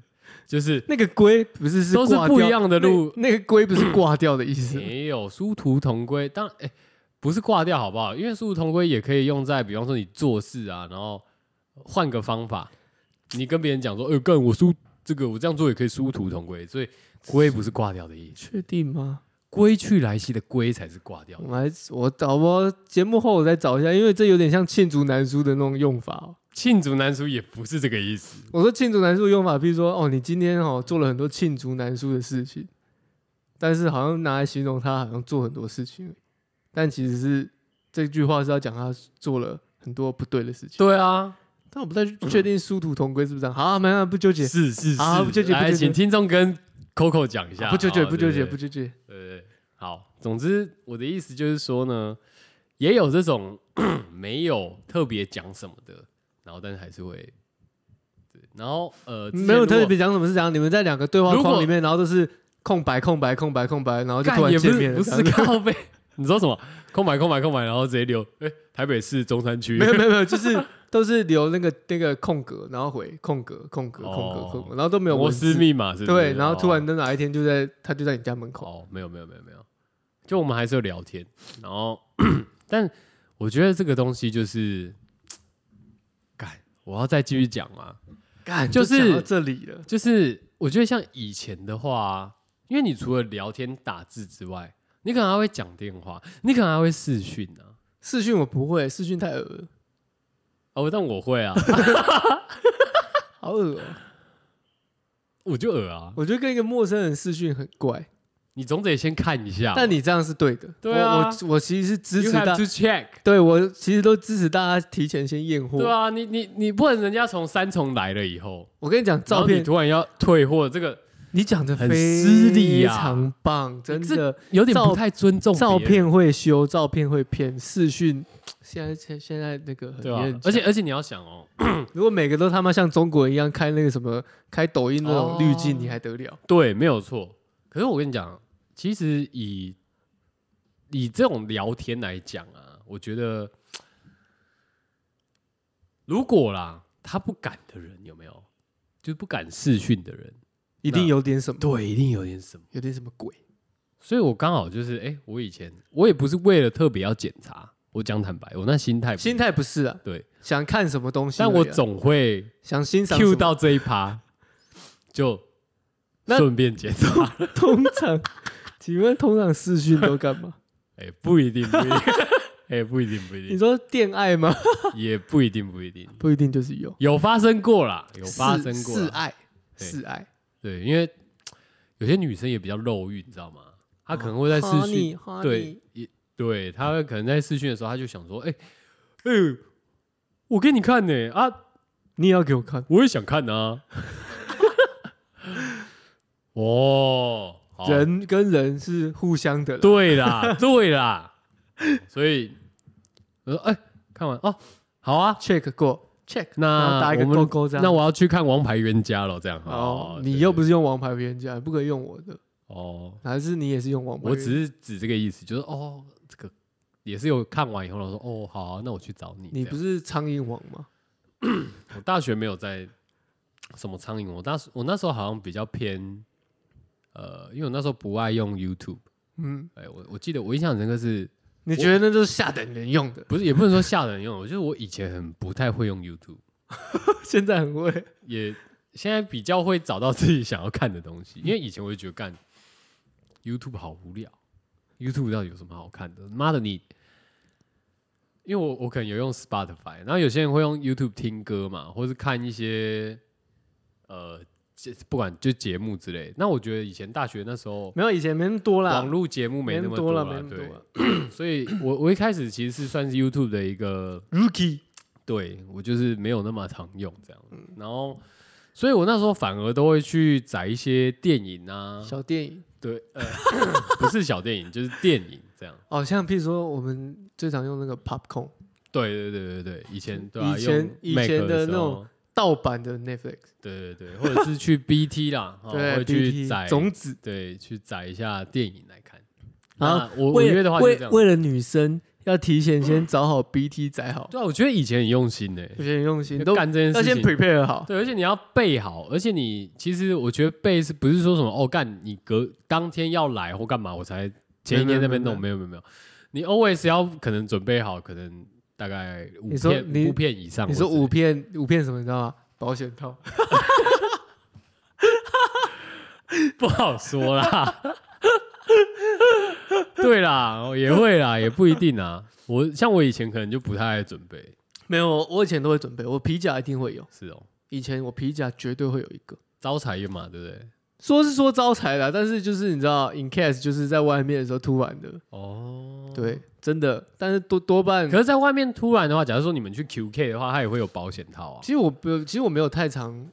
A: 就是
B: 那个龟不啊是是
A: 都是
B: 挂
A: 不
B: 掉
A: 一样的路
B: 那，那个龟不 是挂掉的意思。
A: 没有殊途同归，当哎、不是挂掉好不好？因为殊途同归也可以用在，比方说你做事啊，然后换个方法，你跟别人讲说，呃，干我殊这个我这样做也可以殊途同归，所以归不是挂掉的意思，
B: 确定吗？
A: 归去来兮的归才是挂掉的
B: 我们还我导播节目后我再找一下，因为这有点像罄竹难书的那种用法哦。
A: 罄竹难书也不是这个意思，
B: 我说罄竹难书的用法，比如说哦，你今天哦做了很多罄竹难书的事情，但是好像拿来形容他好像做很多事情而已，但其实是这句话是要讲他做了很多不对的事情。
A: 对啊，
B: 但我 不太确定殊途同归是不是这样。好、啊，没有不纠结，
A: 是是是，
B: 啊不纠结不
A: 来，
B: 纠结
A: 请听众跟 Coco 讲一下，
B: 啊不纠结，
A: 好
B: 不纠
A: 对
B: 结，
A: 对
B: 不纠结。
A: 对，好，总之我的意思就是说呢，也有这种嗯没有特别讲什么的，然后但是还是会，对，然后呃，之前
B: 没有
A: 如果
B: 特别讲什么是讲你们在两个对话
A: 如
B: 框
A: 果
B: 里面，然后都是空白、空白、空白、空白，然后就
A: 干
B: 突然
A: 也不
B: 见
A: 是
B: 面了。
A: 不
B: 这
A: 是
B: 样子
A: 靠背， 你说什么？空白空白空白，然后直接留，哎、台北市中山区
B: 没有 没有没有，就是都是留那个那个空格，然后回空格、空格、空格、
A: 哦
B: 空格，然后都没有
A: 摩
B: 文字
A: 斯密码是不是
B: 对，然后突然
A: 哦
B: 的哪一天就在他就在你家门口，
A: 哦，没有没有没有没有，就我们还是有聊天，然后 但我觉得这个东西就是，干，我要再继续讲吗？
B: 干
A: 就
B: 讲
A: 是
B: 到这里了。
A: 就是我觉得像以前的话啊，因为你除了聊天打字之外，你可能还会讲电话，你可能还会视讯啊。
B: 视讯我不会，视讯太恶了，
A: 哦，但我会啊，
B: 好恶哦、
A: 我就耳啊，
B: 我觉得跟一个陌生人视讯很怪，
A: 你总得先看一下嘛。
B: 但你这样是对的。
A: 啊对啊
B: 我我我其实是支
A: you
B: 持大
A: have to check，
B: 对我其实都支持大家提前先验货。
A: 对啊，你你你不能人家从三重来了以后，
B: 我跟你讲，照
A: 然后你
B: 片
A: 突然要退货，这个
B: 你你讲的
A: 很失礼
B: 非
A: 啊
B: 常棒，真的。
A: 有点
B: 照
A: 不太尊重
B: 照
A: 别人
B: 片会修，照片会骗，视讯现在现现在那个很
A: 对吧、啊
B: 也很
A: 而且而且你要想哦，
B: 如果每个都他妈像中国人一样开那个什么开抖音那种滤镜，
A: 哦
B: 你还得了？
A: 对，没有错。可是我跟你讲，其实以以这种聊天来讲啊，我觉得如果啦，他不敢的人有没有，就是不敢试训的人，
B: 一定有点什么，
A: 对，一啊定有点什么。
B: 有点什么鬼？
A: 所以我刚好就是，哎、我以前我也不是为了特别要检查，我讲坦白，我那心态不
B: 心态不是啊，
A: 对，
B: 想看什么东西而已
A: 但
B: 啊，
A: 我总会
B: 想欣赏什
A: Q
B: 么
A: 到这一趴，就
B: 那
A: 顺便检查。
B: 通常，请问通常视讯都 干嘛？
A: 哎、不一定，不一 定，哎、不一定，不一
B: 你
A: 定，
B: 说恋爱吗？
A: 也不一定，不一定，
B: 不一定就是有，
A: 有发生过啦，有发生
B: 示
A: 过
B: 示
A: 啦。
B: 爱，
A: 对
B: 示爱，
A: 对，因为有些女生也比较肉欲，你知道吗？她可能会在
B: 哈
A: 试训
B: 你，哈
A: 对
B: 你，
A: 也对，她会可能在试训的时候，她就想说，哎、哎、我给你看呢、啊，
B: 你也要给我看，
A: 我也想看啊。 哦，好
B: 人跟人是互相的啦，
A: 对啦，对 啦，所以我说，哎、看完哦，好啊，
B: check 过 check，然后
A: 那
B: 打一个
A: 我们
B: 勾勾这样。
A: 那我要去看《王牌冤家》了，这样
B: 哦，
A: 对
B: 你又
A: 对
B: 不是用王牌别人家，不可以用我的，
A: 哦，
B: 还是你也是用王牌别
A: 我
B: 人家？
A: 只是指这个意思，就是哦，这个也是有看完以后，然后说哦，好啊、那我去找你。
B: 你
A: 这
B: 不
A: 样
B: 是苍蝇王吗？
A: 我大学没有在什么苍蝇，我大我那时候好像比较偏，呃，因为我那时候不爱用 YouTube，
B: 嗯，
A: 哎，我我记得我印象很深刻是
B: 你觉得那就是下等人 用的？
A: 不是也不能说吓人用，就是我以前很不太会用 YouTube。
B: 现在很会，
A: 也现在比较会找到自己想要看的东西，因为以前我就觉得干 YouTube 好无聊，YouTube 到底有什么好看的？妈的你！因为我我可能有用 Spotify，然后有些人会用 YouTube 听歌嘛，或是看一些呃，这不管就节目之类。那我觉得以前大学那时候
B: 没有以前没那么多啦，
A: 网络节目没那么
B: 多
A: 了，
B: 没那么
A: 对嗯
B: 多，
A: 所以我我一开始其实是算是 YouTube 的一个
B: Rookie 嗯
A: 对我就是没有那么常用这样，然后，所以我那时候反而都会去载一些电影啊，
B: 小电影
A: 对，呃， 不是小电影，就是电影这样。
B: 哦，像譬如说我们最常用那个 Popcorn
A: 对对对对对，以前对啊，
B: 以前
A: 用 Mac
B: 以前的
A: 的时
B: 那
A: 候
B: 种，盗版的 Netflix，
A: 对对对，或者是去 BT 啦，哦
B: 对
A: 会
B: BT
A: 去载
B: 种子
A: 对，去载一下电影来看。
B: 啊
A: 啊，我我约的话就
B: 为
A: 这样。嗯
B: 为了女生要提前先找好 BT 载好，
A: 对啊，我觉得以前很用心呢，
B: 有些人用心
A: 就
B: 都
A: 干这件
B: 要
A: 事
B: 先
A: 情。
B: prepare 好，
A: 对，而且你要备好，而且你其实我觉得备是不是说什么哦干你隔当天要来或干嘛，我才前一天那边弄，没有没有没有，你 always 要可能准备好，可能大概五
B: 你说你
A: 片五片以上。
B: 你说五，片五片什么你知道吗？保险套，
A: 不好说啦。 对啦，哦也会啦，也不一定啊。我像我以前可能就不太爱准备，
B: 没有，我以前都会准备，我皮夹一定会有，
A: 是哦，
B: 以前我皮夹绝对会有一个。
A: 招财用嘛，对不对？
B: 说是说招财啦，但是就是你知道，in case 就是在外面的时候突然的，
A: 哦，
B: 对，真的，但是多多半
A: 可，是在外面突然的话，假如说你们去 QK 的话，它也会有保险套啊。
B: 其实我不，其实我没有太常，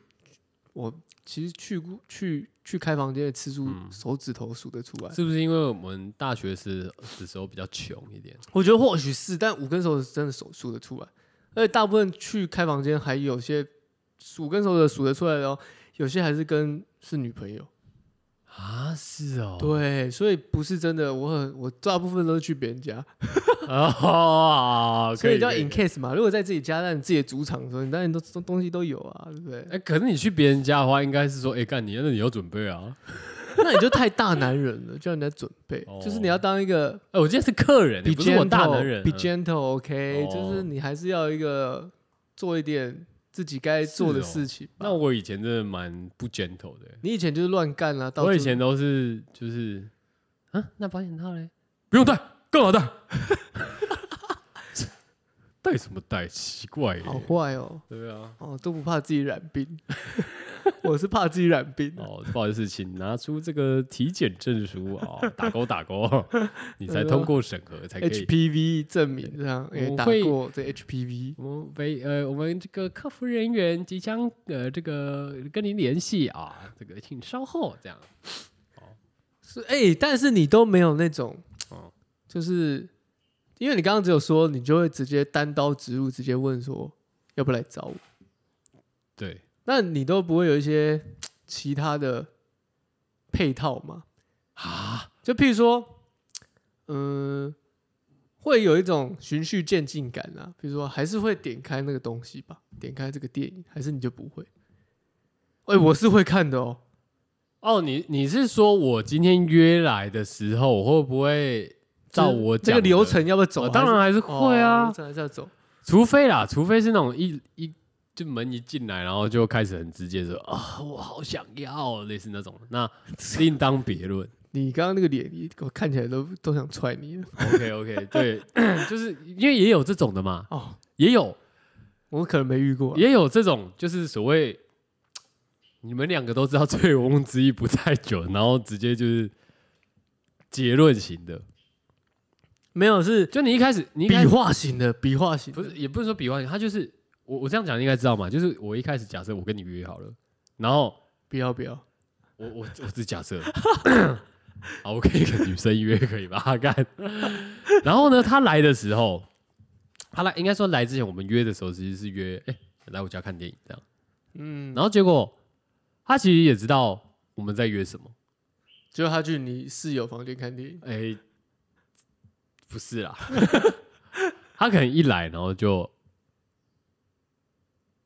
B: 我其实去过去去开房间的次数，手指头数得出来。
A: 嗯是不是因为我们大学时的时候比较穷一点？
B: 我觉得或许是，但五根手指真的手数得出来，而且大部分去开房间还有些五根手指数得出来的哦，有些还是跟是女朋友。
A: 啊，是哦，
B: 对，所以不是真的，我很我大部分都是去别人家。
A: 哦，
B: 所
A: 可
B: 以
A: 以
B: 叫
A: 可以
B: in
A: 可以
B: case 嘛。如果在自己家，但你自己的主场的时候，你当然都东东西都有啊，对 不对？
A: 哎、可是你去别人家的话，应该是说，哎、干你，那你要准备啊。
B: 那你就太大男人了，叫人家准备，就是你要当一个
A: 哎、我今天是客人，
B: 比
A: 哦你不是
B: gentle，
A: 我大男人啊、
B: 比 gentle，OK，、
A: 哦
B: 就是你还是要一个做一点自己该做的事情
A: 哦
B: 吧。
A: 那我以前真的蛮不 gentle 的、
B: 你以前就是乱干啦，到
A: 我以
B: 处
A: 前都是就是，啊，那保险套嘞？不用带，干 嘛带？带什么带？奇怪、耶
B: 好坏哦，
A: 对啊，
B: 哦都不怕自己染病，我是怕自己染病。
A: 哦，不好意思，请拿出这个体检证书哦，打勾打勾， 你才通过审核才可
B: 哎
A: 以。
B: HPV 证明这样，也
A: 我
B: 打
A: 会
B: 过这 HPV，
A: 我们为呃，我们这个客服人员即将呃这个跟您联系啊，这个请稍后这样。
B: 是哎、但是你都没有那种
A: 哦，
B: 就是因为你刚刚只有说，你就会直接单刀直入，直接问说要不来找我，
A: 对，
B: 那你都不会有一些其他的配套吗？啊，就譬如说，嗯、会有一种循序渐进感啊，比如说还是会点开那个东西吧，点开这个电影，还是你就不会？哎、我是会看的哦，
A: 哦，你你是说我今天约来的时候，我会不会照
B: 就是
A: 我
B: 这
A: 讲
B: 个
A: 的
B: 流？程要不要走
A: 哦
B: 还是？
A: 当然还是会啊
B: 哦流程还是要走。
A: 除非啦，除非是那种一一就门一进来，然后就开始很直接说啊，我好想要哦，类似那种，那另当别论。
B: 你刚刚那个脸，你我看起来都都想踹你了
A: OK OK，对， 就是因为也有这种的嘛，
B: 哦，
A: 也有
B: 我可能没遇过啊、
A: 也有这种，就是所谓你们两个都知道醉翁之意不在酒，然后直接就是结论型的。
B: 没有是
A: 就你一开始，你一开
B: 笔
A: 始
B: 画型的，笔画型的
A: 不是，也不是说比划你，他就是我我这样讲你应该知道嘛，就是我一开始假设我跟你约好了，然后
B: 不要不要，
A: 我我我只假设， 好，我跟一个女生约可以吧？ 干，然后呢，她来的时候，她来应该说来之前我们约的时候，其实是约哎、来我家看电影这样，
B: 嗯，
A: 然后结果她其实也知道我们在约什么，
B: 就他去你室友房间看电影，
A: 哎、不是啦， 她可能一来然后就。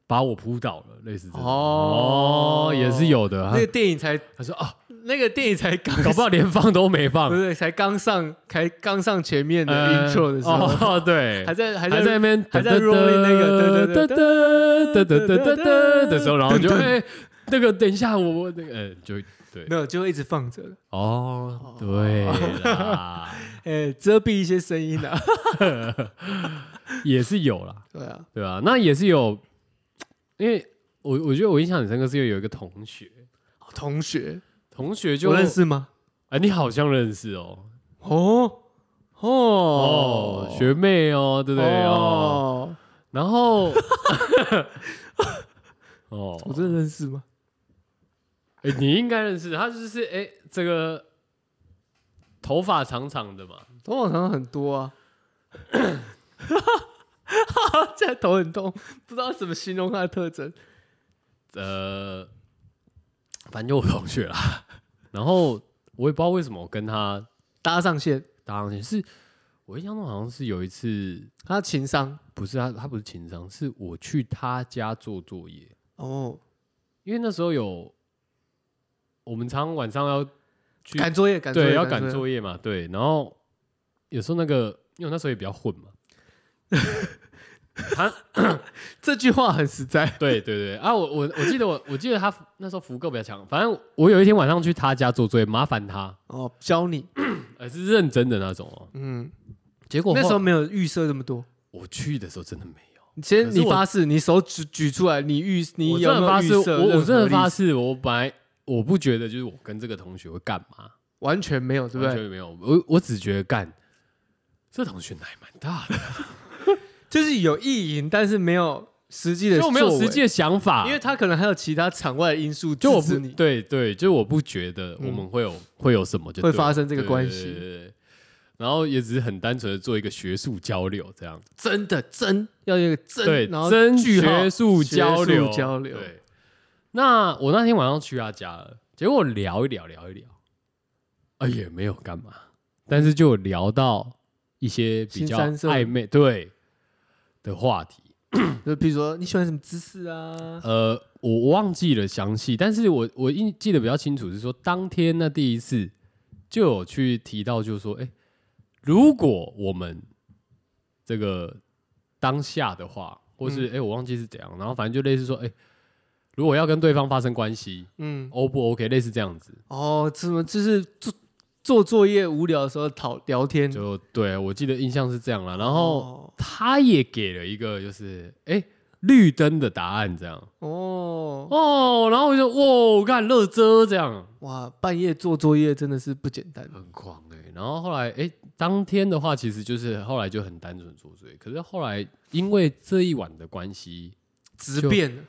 A: 把我扑倒了，类似这种
B: 哦
A: 哦也是有的。她
B: 那个电影才
A: 他说啊，
B: 那个电影才刚
A: 搞不好连放都没放
B: 不。是才刚上，才刚上前面的
A: 呃
B: intro 的时候，
A: 哦，对，
B: 还在还
A: 还
B: 在
A: 在那边
B: 还在 rolling 那个
A: 噔
B: 对
A: 噔噔
B: 对
A: 噔噔噔的时候，然后就
B: 噔噔
A: 哎，那个等一下，我我那个呃就对
B: 没有就一直放着了，
A: 哦，对啦，
B: 哎，遮蔽一些声音 啊，
A: 也是有啦，
B: 对啊，
A: 对吧？那也是有，因为我我觉得我印象很深刻，是因为有一个同学，
B: 同学，
A: 同学就
B: 我认，识吗？
A: 哎，你好像认识哦，
B: 哦
A: 哦
B: 哦，，
A: 学妹哦，对不对？哦，
B: 哦，
A: 然后，哦，
B: 我真的认识吗？
A: 哎、你应该认识他，就是哎、这个头发长长的嘛，
B: 头发长很多啊， 哈哈，现在头很痛，不知道怎么形容它的特征。
A: 呃，反正就我同学啦。 然后我也不知道为什么我跟他
B: 搭上线，
A: 搭上线，是我印象中好像是有一次，
B: 他情商
A: 不是他，他不是情商，是我去他家做作业，
B: 哦，
A: 因为那时候有我们常常晚上要去
B: 赶作业，赶作业，
A: 对要赶
B: 业。
A: 作业嘛，对，然后有时候那个因为我那时候也比较混嘛，他
B: 这句话很实在，
A: 对对对啊！我我我记得我我记得他那时候福购比较强，反正我有一天晚上去他家做作业，麻烦他，
B: 哦，教你，
A: 呃，是认真的那种哦。
B: 嗯，
A: 结果
B: 那时
A: 后
B: 候没有预设这么多。
A: 我去的时候真的没有，
B: 你先
A: 可是
B: 你
A: 我
B: 发誓，你手举举出来，你预你
A: 我
B: 有
A: 真的
B: 没有
A: 发
B: 预
A: 誓，
B: 设？
A: 我我真的发
B: 誓，
A: 誓，我本来我不觉得就是我跟这个同学会干嘛，
B: 完全没有，对不
A: 完
B: 对？
A: 全没有，我我只觉得干这同学奶蛮大的，
B: 就是有意淫，但是没有实际的，
A: 就我没有实际，的想法，
B: 因为他可能还有其他场外的因素
A: 就我
B: 阻
A: 不
B: 止你。
A: 对对，就我不觉得
B: 嗯
A: 我们会有、会有什么就
B: 会
A: 对
B: 发
A: 了
B: 生这个
A: 对
B: 关
A: 对
B: 系
A: 对对对然后也只是很单纯的做一个学术交流，这样
B: 真的真要有一个真，
A: 对，
B: 然后
A: 真
B: 句号
A: 学术交流
B: 学术交流
A: 对，那我那天晚上去他家了，结果聊一聊聊一聊，啊也没有干嘛，但是就有聊到一些比
B: 新
A: 较
B: 三色
A: 暧昧对的话题，
B: 就比如说你喜欢什么姿势 啊？
A: 呃，我我忘记了详细，但是我我印记得比较清楚是说，当天那第一次就有去提到，就是说，哎、如果我们这个当下的话，或
B: 嗯
A: 是哎、诶我忘记是怎样，然后反正就类似说，哎、如果要跟对方发生关系
B: 嗯，
A: ，O 不 OK，类似这样子，
B: 哦，怎么就是做做作业无聊的时候讨聊天？
A: 就对我记得印象是这样了。然后
B: 嗯哦，
A: 他也给了一个，就是哎、诶绿灯的答案这样。
B: 哦，
A: 哦，然后我就哇，看乐遮这样，
B: 哇，半夜做作业真的是不简单。
A: 很狂哎、然后后来哎、当天的话其实就是后来就很单纯做作业，可是后来因为这一晚的关系，
B: 直变了，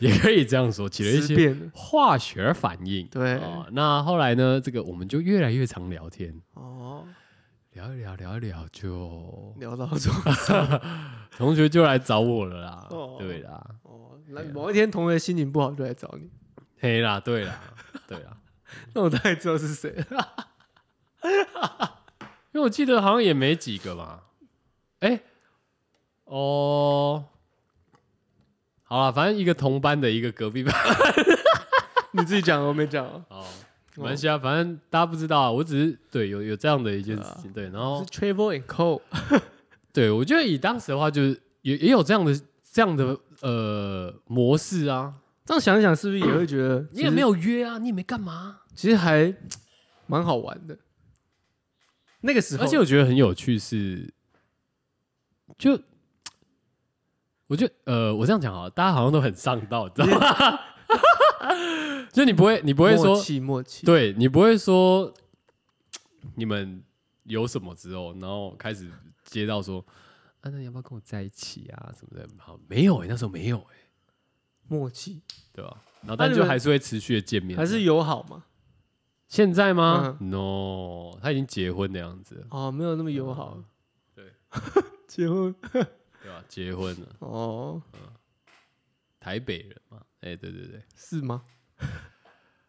A: 也可以这样说，起了一
B: 直
A: 些
B: 变了。
A: 化学反应。
B: 对
A: 哦那后来呢，这个我们就越来越常聊天，
B: 哦，
A: 聊一聊，聊一聊就
B: 聊到这，
A: 同学就来找我了啦，
B: 哦
A: 对啦，
B: 哦，那某一天同学心情不好就来找你，
A: 嘿啦，对啦， 对啦，
B: 那我大概知道是谁了。
A: 因为我记得好像也没几个嘛，哎、哦，好啦，反正一个同班的，一个隔壁班，
B: 你自己讲，我没讲哦。
A: 哦，没关系啊，反正大家不知道啊，我只是对有有这样的一件
B: 对啊
A: 事情，对，然后
B: 是 Travel and Co。
A: 对我觉得以当时的话，就是也也有这样的这样的呃模式啊，
B: 这样想一想，是不是也会觉得
A: 你也没，有约啊，你也没干嘛啊、
B: 其实其实还蛮好玩的。那个时候，
A: 而且我觉得很有趣是，就我觉得呃，我这样讲好了，大家好像都很上道，知道吗？ 就你不会，你不会说
B: 默，契默契，
A: 对你不会说你们有什么之后，然后开始接到说，啊，那你要不要跟我在一起啊什么的？好，没有哎、那时候没有哎、
B: 默契
A: 对吧？然后
B: 那
A: 但
B: 你
A: 就
B: 们
A: 还是会持续的见面，
B: 还是嗯友好嘛？
A: 现在 吗、n
B: 啊
A: o 他已经结婚的样子了，
B: 哦，没有那么友
A: 嗯
B: 好。
A: 对，
B: 结婚
A: 对吧？结婚了。
B: 哦，
A: 台北人嘛，哎、对对对，
B: 是吗？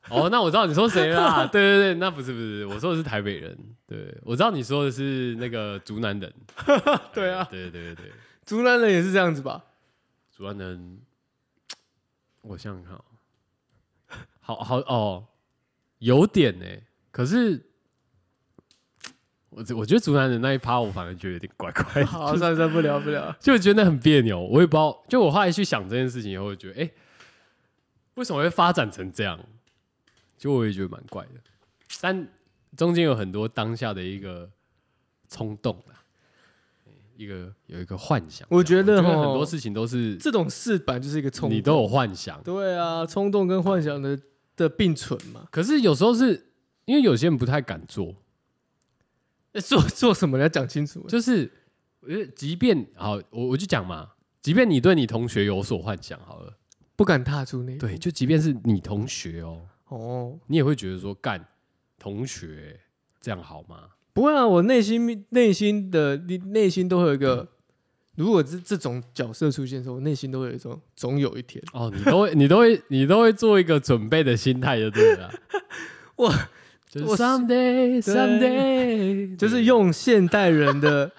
A: 哦，那我知道你说谁了啦，对对对，那不是不是，我说的是台北人，对我知道你说的是那个竹南人，
B: 对啊
A: 哎对对对对，
B: 竹南人也是这样子吧？
A: 竹南人，我想想看、哦，好好哦，有点呢、可是我我觉得竹南人那一趴，我反而觉得有点怪怪的，
B: 好，算了算了，不聊不聊。
A: 就觉得很别扭，我也不知道。就我后来去想这件事情以后，我觉得，哎、为什么会发展成这样？就我也觉得蛮怪的，但中间有很多当下的一个冲动啦，一个有一个幻想。
B: 我觉得
A: 我
B: 吼
A: 很多事情都是
B: 这种事本来就是一个冲
A: 你都
B: 动，
A: 有幻想，
B: 对啊，冲动跟幻想的的并存嘛。
A: 可是有时候是因为有些人不太敢做，
B: 欸做做什么你要讲清楚欸。
A: 就是我觉得即便好，我我就讲嘛，即便你对你同学有所幻想好了，
B: 不敢踏出那一步
A: 对，就即便是你同学哦、
B: 哦，
A: 你也会觉得说，干同学这样好吗？
B: 不会啊，我内心内心的内内心都会有一个，如果是这种角色出现的时候，我内心都会有一种，总有一天
A: 哦，你 都会，你都会，你都会做一个准备的心态，就对了啦。
B: 我
A: 就是
B: 我是
A: someday someday，
B: 就是用现代 人的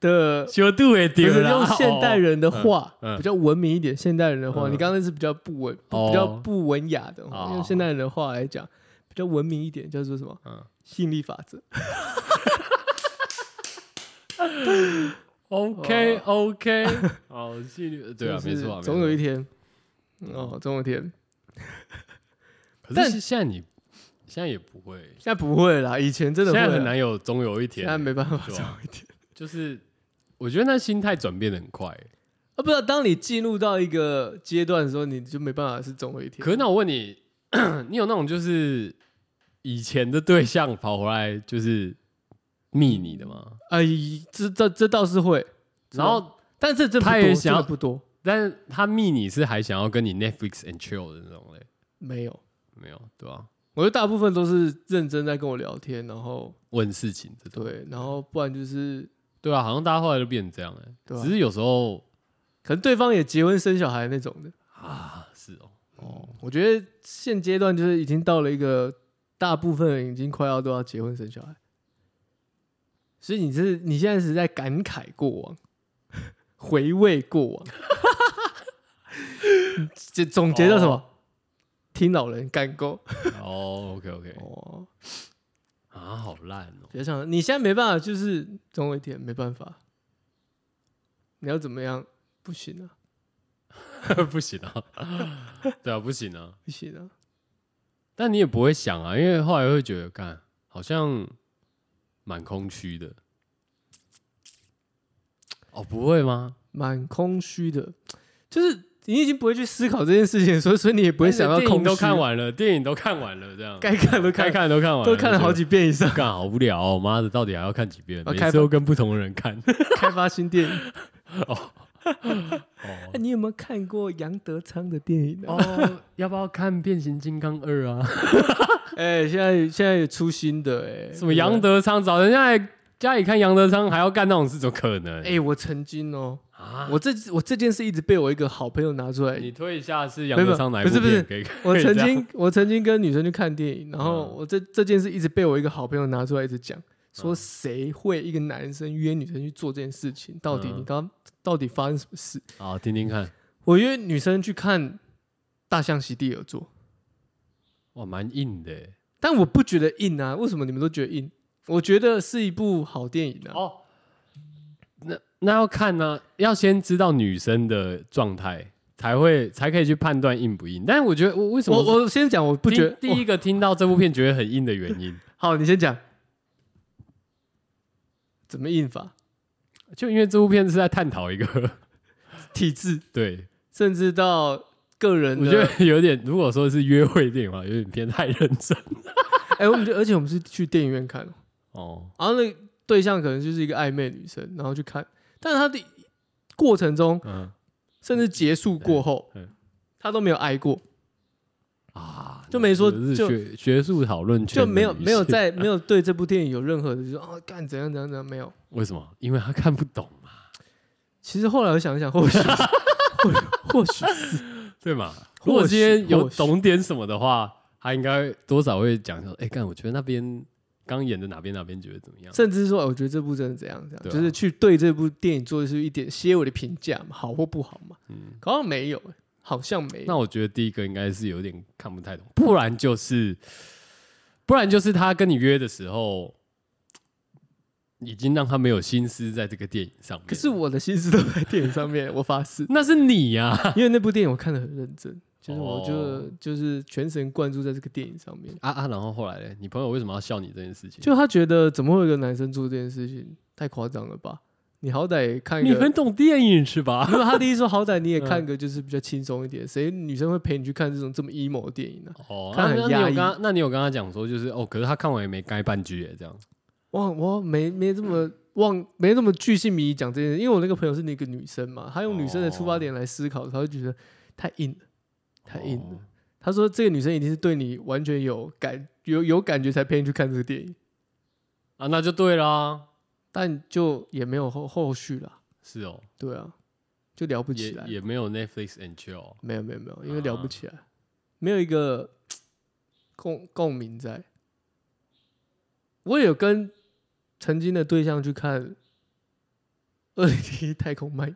B: 的，
A: 修度也
B: 就
A: 丢
B: 是
A: 啦
B: 用现代人的话
A: 嗯嗯，
B: 比较文明一点，现代人的话，
A: 嗯
B: 你刚刚那是比较不文，
A: 哦
B: 比较不文雅的
A: 哦，
B: 用现代人的话来讲，比较文明一点，叫做什么
A: 嗯？
B: 吸引力法则。
A: 哦 OK OK，哦，纪律对啊，
B: 就
A: 没
B: 是
A: 错啊，
B: 总有一
A: 天。
B: 天，哦，总有一天，
A: 可
B: 但
A: 是现在你现在也不会，
B: 现在不会啦，以前真的
A: 现
B: 会
A: 在
B: 啦
A: 很，难有总有一
B: 现
A: 天
B: 在
A: 欸，
B: 没办法，
A: 对
B: 总
A: 吧
B: 有一天。
A: 就是我觉得那心态转变的很快欸。
B: 啊，不知道当你进入到一个阶段的时候，你就没办法是总有一天。
A: 可是那我问你， 你有那种就是以前的对象跑回来就是密你的吗？
B: 哎，这这这倒是会，
A: 然后，
B: 但这这不
A: 他
B: 多
A: 也
B: 真
A: 想要
B: 的不多，
A: 但是他密你是还想要跟你 Netflix and chill 的那种嘞？
B: 没有。
A: 没有，对吧、
B: 我觉得大部分都是认真在跟我聊天，然后
A: 问事情这种，
B: 对，然后不然就是
A: 对啊，好像大家后来都变成这样哎、
B: 对啊
A: 只是有时候
B: 可能对方也结婚生小孩那种的。
A: 啊，是哦，
B: 哦，我觉得现阶段就是已经到了一个大部分人已经快要都要结婚生小孩，所以你是你现在是在感慨过往， 回味过往， 这总结叫什么？
A: 哦
B: 听老人干够
A: 哦，OK OK，
B: 哦，
A: 啊，好烂哦，
B: 别想了你现在没办法，就是总有一天没办法，你要怎么样？不行 啊，
A: 不行啊，对啊，不行啊，
B: 不行啊，
A: 但你也不会想啊，因为后来会觉得，干好像蛮空虚的。哦，不会吗？
B: 蛮空虚的，就是你已经不会去思考这件事情，所以所以你也不会想到
A: 电
B: 空
A: 影
B: 虚。
A: 都看完了，电影都看完了，这样
B: 该看都
A: 该
B: 看，
A: 看都看完了，
B: 都看了好几遍以上，
A: 干好无聊哦！妈的，到底还要看几遍？
B: 啊
A: 每
B: 开
A: 次都跟不同的人 看。
B: 开发新电影。
A: 哦
B: 哎，你有没有看过杨德昌的电影呢？啊
A: 哦，要不要看《变形金刚二》啊？
B: 哎，现在现在也出新的哎，
A: 什么杨
B: 德？
A: 德昌找人家来家里看杨德昌，还要干那种事，怎么可能？
B: 哎，我曾经哦，
A: 啊！
B: 我这我这件事一直被我一个好朋友拿出来
A: 你推一下是杨德昌哪一
B: 没
A: 部
B: 有不
A: 片
B: 是
A: 可以看？
B: 我
A: 可以
B: 曾
A: 这样
B: 经我曾经跟女生去看电影，然后
A: 嗯
B: 我这这件事一直被我一个好朋友拿出来一直讲，说谁会一个男生约女生去做这件事情？到底
A: 嗯
B: 你刚到底发生什么事？
A: 好啊听听看，
B: 我约女生去看《大象席地而坐》，
A: 哇，蛮硬的耶
B: 但我不觉得硬啊，为什么你们都觉得硬？我觉得是一部好电影啊。
A: 哦。那那要看呢、要先知道女生的状态，才会才可以去判断硬不硬。但是我觉得我为什么
B: 我我先讲，我不
A: 听
B: 觉得
A: 第
B: 我
A: 一个听到这部片觉得很硬的原因，
B: 好，你先讲，怎么硬法？
A: 就因为这部片是在探讨一个
B: 体质，
A: 对，
B: 甚至到个人的，
A: 我觉得有点，如果说是约会电影的话，有点偏太认真
B: 哎、我们就而且我们是去电影院看哦。
A: 哦。
B: 然后那个对象可能就是一个暧昧女生，然后去看，但是她的过程中，
A: 嗯
B: 甚至结束过后
A: 对嗯，
B: 她都没有挨过，
A: 啊，
B: 就没说
A: 这是
B: 就
A: 学学术讨论圈的
B: 就没有
A: 女性
B: 没 有在没有对这部电影有任何的就是啊干怎样怎样怎样没有。
A: 为什么？因为他看不懂嘛，
B: 其实后来我想一想，或许 是或许或许是
A: 对嘛？
B: 或许
A: 如果今天有
B: 或许
A: 懂点什么的话，他应该多少会讲说，哎，干，我觉得那边刚演的哪边哪边觉得怎么样？
B: 甚至说，哎我觉得这部真的怎样怎样，
A: 对啊
B: 就是去对这部电影做出一点些微的评价嘛，好或不好嘛，
A: 嗯，
B: 好像没有、哎好像没有。
A: 那我觉得第一个应该是有点看不太懂，不然就是，不然就是他跟你约的时候，已经让他没有心思在这个电影上面。
B: 可是我的心思都在电影上面，我发誓。
A: 那是你啊呀、
B: 因为那部电影我看得很认真，就是我就、
A: 哦
B: 就是全神贯注在这个电影上面。
A: 啊啊！然后后来嘞，你朋友为什么要笑你这件事情？
B: 就他觉得怎么会有一个男生做这件事情，太夸张了吧？你嗯好歹也看一
A: 你很
B: 个，
A: 懂电影是吧？
B: 没有他第一说好歹你也 看个就是比较轻松一点，谁女生会陪你去看这种这么 emo 的电影呢、
A: 哦，那
B: 看很
A: 那你有
B: 压抑
A: 跟他，那你有跟他讲说，就是哦，可是他看完也没该半句耶，这样
B: 哇，我没没这么忘，没那么巨细靡遗讲这件事，因为我那个朋友是那个女生嘛，她用女生的出发点来思考，她会觉得太硬了，太硬了。
A: 哦
B: 她说这个女生一定是对你完全有感有有感觉才陪你去看这个电影。
A: 啊，那就对啦，
B: 但就也没有后后续了，
A: 是哦，
B: 对啊，就聊不
A: 也
B: 起来，
A: 也啊没有 Netflix and chill，哦
B: 没有没有没有，因为聊不起来，没有一个共共鸣在。我也有跟曾经的对象去看《二零零一太空漫游》，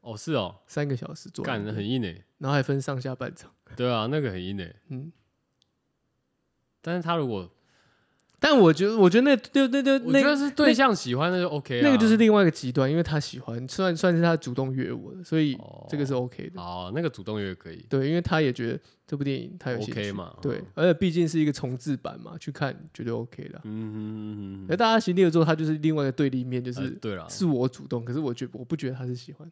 A: 哦是哦，
B: 三个小时做完
A: 干
B: 的，
A: 的很硬诶，
B: 然后还分上下半场，
A: 对啊，那个很硬诶，
B: 嗯。
A: 但是他如果
B: 但我觉得，我觉得那就那就
A: 我
B: 那
A: 觉得是啊对象喜欢，那就 OK 啊，
B: 那个就是另外一个极端，因为他喜欢，算算是他主动约我的，所以
A: 哦
B: 这个是 OK 的。
A: 哦，那个主动约可以
B: 对，因为他也觉得这部电影他有兴趣
A: ，OK 嘛，
B: 对，而且毕竟是一个重置版嘛，去看绝对 OK 的。
A: 嗯，嗯嗯嗯嗯，
B: 而大家行列之后，它就是另外一个对立面，就
A: 呃
B: 是
A: 对了，
B: 哎是我主动，可是我觉我不觉得他是喜欢。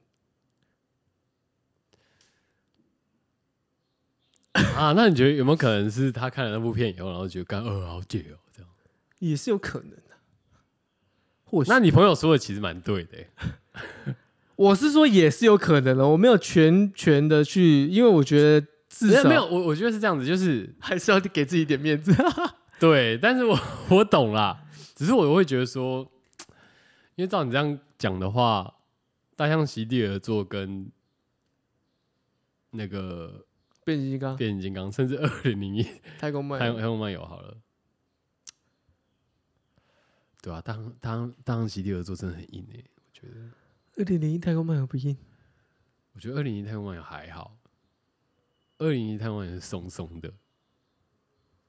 A: 啊，那你觉得有没有可能是他看了那部片以后，然后觉得干呃好解哦这样？
B: 也是有可能啊的、或许
A: 那你朋友说的其实蛮对的欸，
B: 我是说也是有可能哦的，我没有全全的去，因为我觉得至
A: 没有
B: 少
A: 没有，我我觉得是这样子，就是
B: 还是要给自己一点 面子。
A: 对，但是我 我懂啦，只是我会觉得说，因为照你这样讲的话，大象席地而坐跟那个
B: 变形金刚、
A: 变形金刚，甚至二零零一
B: 太空漫
A: 还有还
B: 游，
A: 有漫游好了。对啊，大象大象大象席地而坐真的很硬诶、欸我觉得，
B: 二零零一太空漫游不硬，
A: 我觉得二零一太空漫游还好，二零一太空漫游是松松的，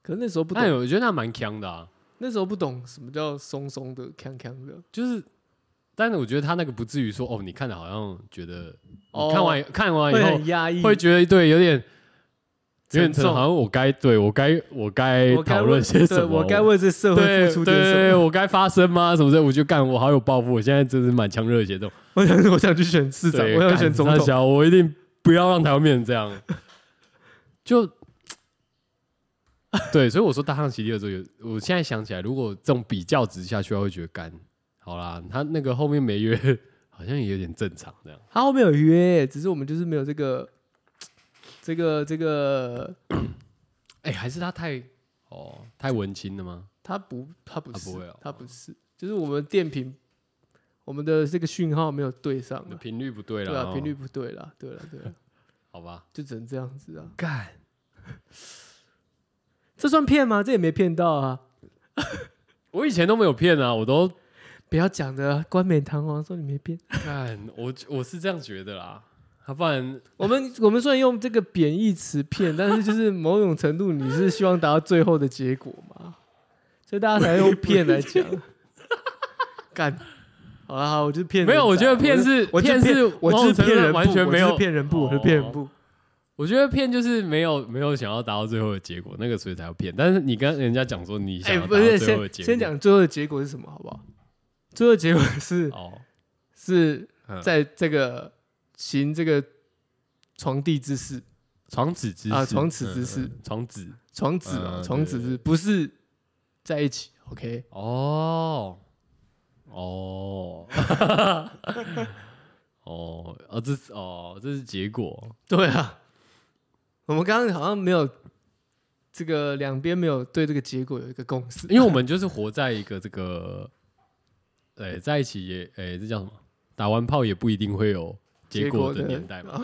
B: 可是那时候不
A: 但
B: 懂，
A: 我觉得那蛮强的啊。
B: 那时候不懂什么叫松松的、锵锵的。
A: 就是，但是我觉得他那个不至于说哦，你看的好像觉得，
B: 哦
A: 你看完看完以
B: 会
A: 后
B: 很压抑，
A: 会觉得对有点有点
B: 沉
A: 沉
B: 重
A: 好像我该对我该我该
B: 我该
A: 讨论
B: 为
A: 些
B: 对
A: 什么，
B: 我该为这社
A: 对
B: 会
A: 对
B: 付出点什么。
A: 我该发声吗？什么的，我就干，我好有抱负，我现在真是满腔热血这种，
B: 我想我想去选市长，
A: 对
B: 我想
A: 干
B: 选总
A: 他
B: 统。
A: 小我一定不要让台湾变成这样。就对，所以我说大象席地而坐，有我现在想起来，如果这种比较值下去，我会觉得干好啦，他那个后面没约，好像也有点正常这样。
B: 他后面有约，只是我们就是没有这个这个这个，
A: 哎、还是他太哦太文青了吗？
B: 他不他不是
A: 他不会哦
B: 他不是，就是我们电瓶我们的这个讯号没有对上啊，
A: 频率不对
B: 对
A: 了，
B: 啊，
A: 哦
B: 频率不对啦，对啦对啦，
A: 好吧？
B: 就只能这样子啊。
A: 干，
B: 这算骗吗？这也没骗到啊！
A: 我以前都没有骗啊，我都
B: 不要讲的冠冕堂皇说你没骗。
A: 干，我我是这样觉得啦，要不然
B: 我们我们虽然用这个贬义词骗，但是就是某种程度你是希望达到最后的结果嘛，所以大家才用骗 来讲。干，好了好，我就是骗人仔。
A: 没有我觉得骗是
B: 我就
A: 骗是某
B: 我就
A: 种
B: 是
A: 程度
B: 骗人
A: 上
B: 不，
A: 完全没有
B: 我就是骗人
A: 哦
B: 不，我是骗人不。
A: 我觉得骗就是没有没有想要达到最后的结果，那个所以才要骗。但是你跟人家讲说你想
B: 哎，
A: 要达
B: 不
A: 到
B: 是，
A: 最后的
B: 先
A: 结果，
B: 先讲最后的结果是什么，好不好？最后的结果是
A: 哦，
B: 是
A: 嗯
B: 在这个行这个床地之事，
A: 床子之
B: 啊
A: 事
B: 床子之事
A: 嗯嗯床子
B: 床子嘛，
A: 嗯
B: 床
A: 对
B: 子
A: 对
B: 是不是在一起？OK，
A: 哦哦 哦哦，这是哦这是结果
B: 对啊，我们刚刚好像没有这个两边没有对这个结果有一个共识，
A: 因为我们就是活在一个这个， 呃、在一起也，哎、这叫什么？打完炮也不一定会有结果的年代 嘛。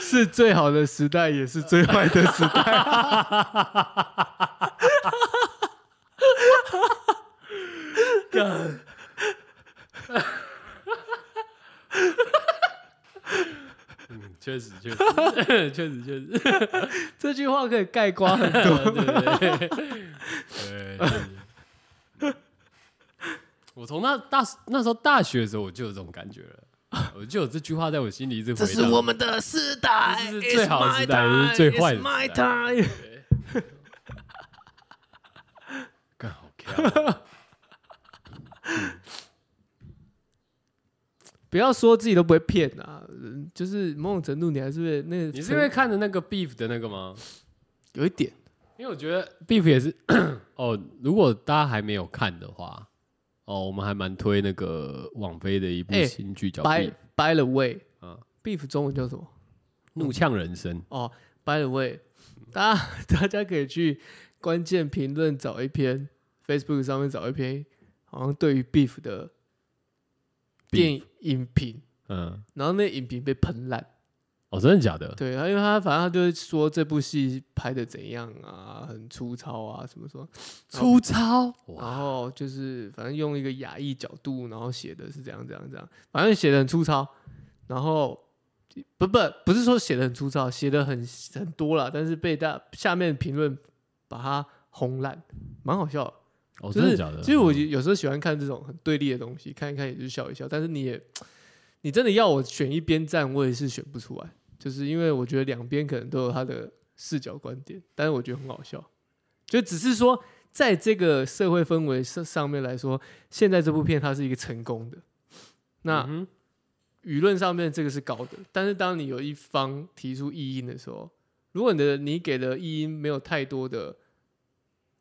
B: 是最好的时代，也是最坏的时代。
A: 嗯确实， 确实，确实，确实，
B: 这句话可以概括很多。
A: 对对对对确实。 我从那大那时候大学的时候，我就有这种感觉了，我就有这句话在我心里一直回
C: 这是
A: 荡。
C: 我们的时代，
A: 这是最好的时代也是最坏的时代
C: It's my time。
A: 干好啊看、
B: 不要说自己都不会骗啊，嗯就是某种程度你还是会那个，
A: 你是因为看着那个 beef 的那个吗？
B: 有一点
A: 因为我觉得 Beef 也是哦，如果大家还没有看的话，哦，我们还蛮推那个网飞的一部
B: 哎
A: 新剧叫《
B: by
A: Beef
B: by the way，
A: 啊
B: b e e f 中文叫什么？
A: 怒呛人生》。
B: 哦，by the way，大家 大家可以去关键评论找一篇，Facebook 上面找一篇，好像对于 Beef 的电
A: Beef，
B: 影影评，
A: 嗯，
B: 然后那影评被喷烂。
A: 哦，真的假的？
B: 对，他因为他反正他就是说这部戏拍的怎样啊，很粗糙啊，什么什么，
A: 粗糙哇！
B: 然后就是反正用一个亚裔角度，然后写的是这样这样这样，反正写的很粗糙，然后不不不是说写的很粗糙，写的很很多啦，但是被大下面评论把它轰烂，蛮好笑的。
A: 哦，
B: 就
A: 真的
B: 是
A: 假的？
B: 其实我有有时候喜欢看这种很对立的东西，看一看也就笑一笑，但是你也你真的要我选一边站，我也是选不出来，就是因为我觉得两边可能都有他的视角观点，但是我觉得很好笑，就只是说在这个社会氛围上上面来说，现在这部片它是一个成功的，那。
A: 嗯哼
B: 舆论上面这个是高的，但是当你有一方提出异音的时候，如果你的你给的异音没有太多的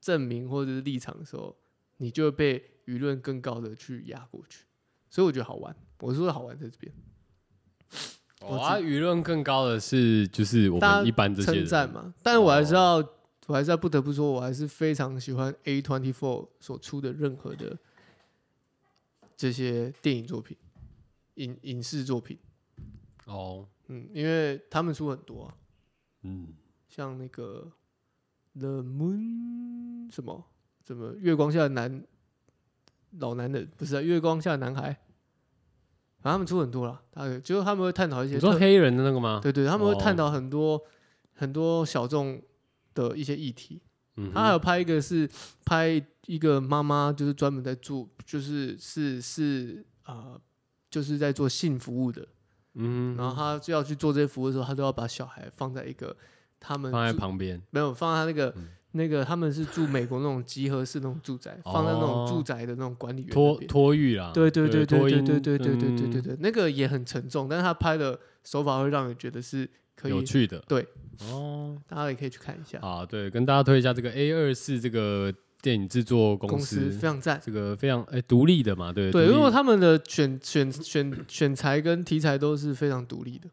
B: 证明或者是立场的时候，你就会被舆论更高的去压过去。所以我觉得好玩，我说的好玩在这边，
A: 哦啊，舆论更高的是就是我
B: 大家
A: 们一般这些
B: 称赞
A: 人哦
B: 嘛。但我还是要，我还是要不得不说，我还是非常喜欢 A Twenty Four 所出的任何的这些电影作品、影影视作品，
A: 哦，
B: 嗯，因为他们出很多啊、
A: 嗯，
B: 像那个 The Moon 什么什么月光下的男老男人，不是、啊、月光下的男孩，反正他们出很多了，大概就是他们会探讨一些
A: 你说
B: 特
A: 黑人的那个吗？
B: 对对，他们会
A: 哦
B: 探讨很多、很多小众的一些议题。
A: 嗯
B: 他还
A: 哼，
B: 有拍一个是拍一个妈妈，就是专门在做，就是是是啊、呃就是在做性服务的。
A: 嗯
B: 然后他就要去做这些服务的时候，他都要把小孩放在一个他们
A: 放在
B: 住
A: 旁边
B: 没有放在他那个
A: 嗯
B: 那个他们是住美国那种集合式那种住宅，放在那种住宅的那种管理员
A: 哦
B: 那
A: 托
B: 边。
A: 托育啦，
B: 对对对对
A: 托
B: 对
A: 婴
B: 对对对对对对
A: 嗯
B: 对，那个也很沉重，但是他拍的手法会让你觉得是可
A: 有
B: 以，
A: 趣的，
B: 对
A: 哦，
B: 大家也可以去看一下。
A: 好，对，跟大家推一下这个 A 二四这个电影制作
B: 公
A: 公
B: 司
A: 司
B: 非，常赞，
A: 这个非常哎独立的嘛，对
B: 对，
A: 独
B: 因
A: 立
B: 为他们的选选选选材跟题材都是非常独立的，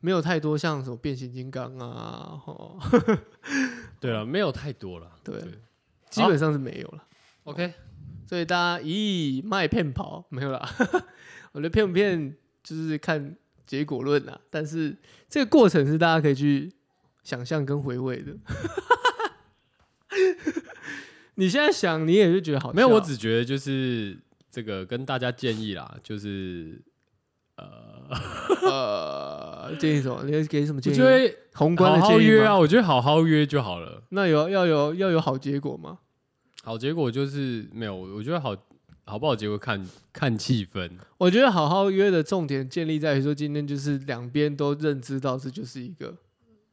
B: 没有太多像什么变形金刚啊，哦，
A: 对了，没有太多了，
B: 对
A: 对
B: 基本上是没有了。
A: ，OK，
B: 所以大家咦卖骗跑没有啦， 我觉得骗不骗就是看结果论啦，但是这个过程是大家可以去想象跟回味的。 你现在想，你也是觉得好笑，
A: 没有，我 只觉得就是这个跟大家建议啦，就是
B: 呃建议什么？你要给什么
A: 我
B: 建
A: 觉
B: 议？
A: 得
B: 宏观
A: 好
B: 的
A: 好
B: 建议
A: 约
B: 吗
A: 啊，，我觉得好好约就好了。
B: 那有要有要有好结果吗？
A: 好结果就是没有，我觉得好好不好结果看看气氛，
B: 我觉得好好约的重点建立在于说，今天就是两边都认知到这就是一个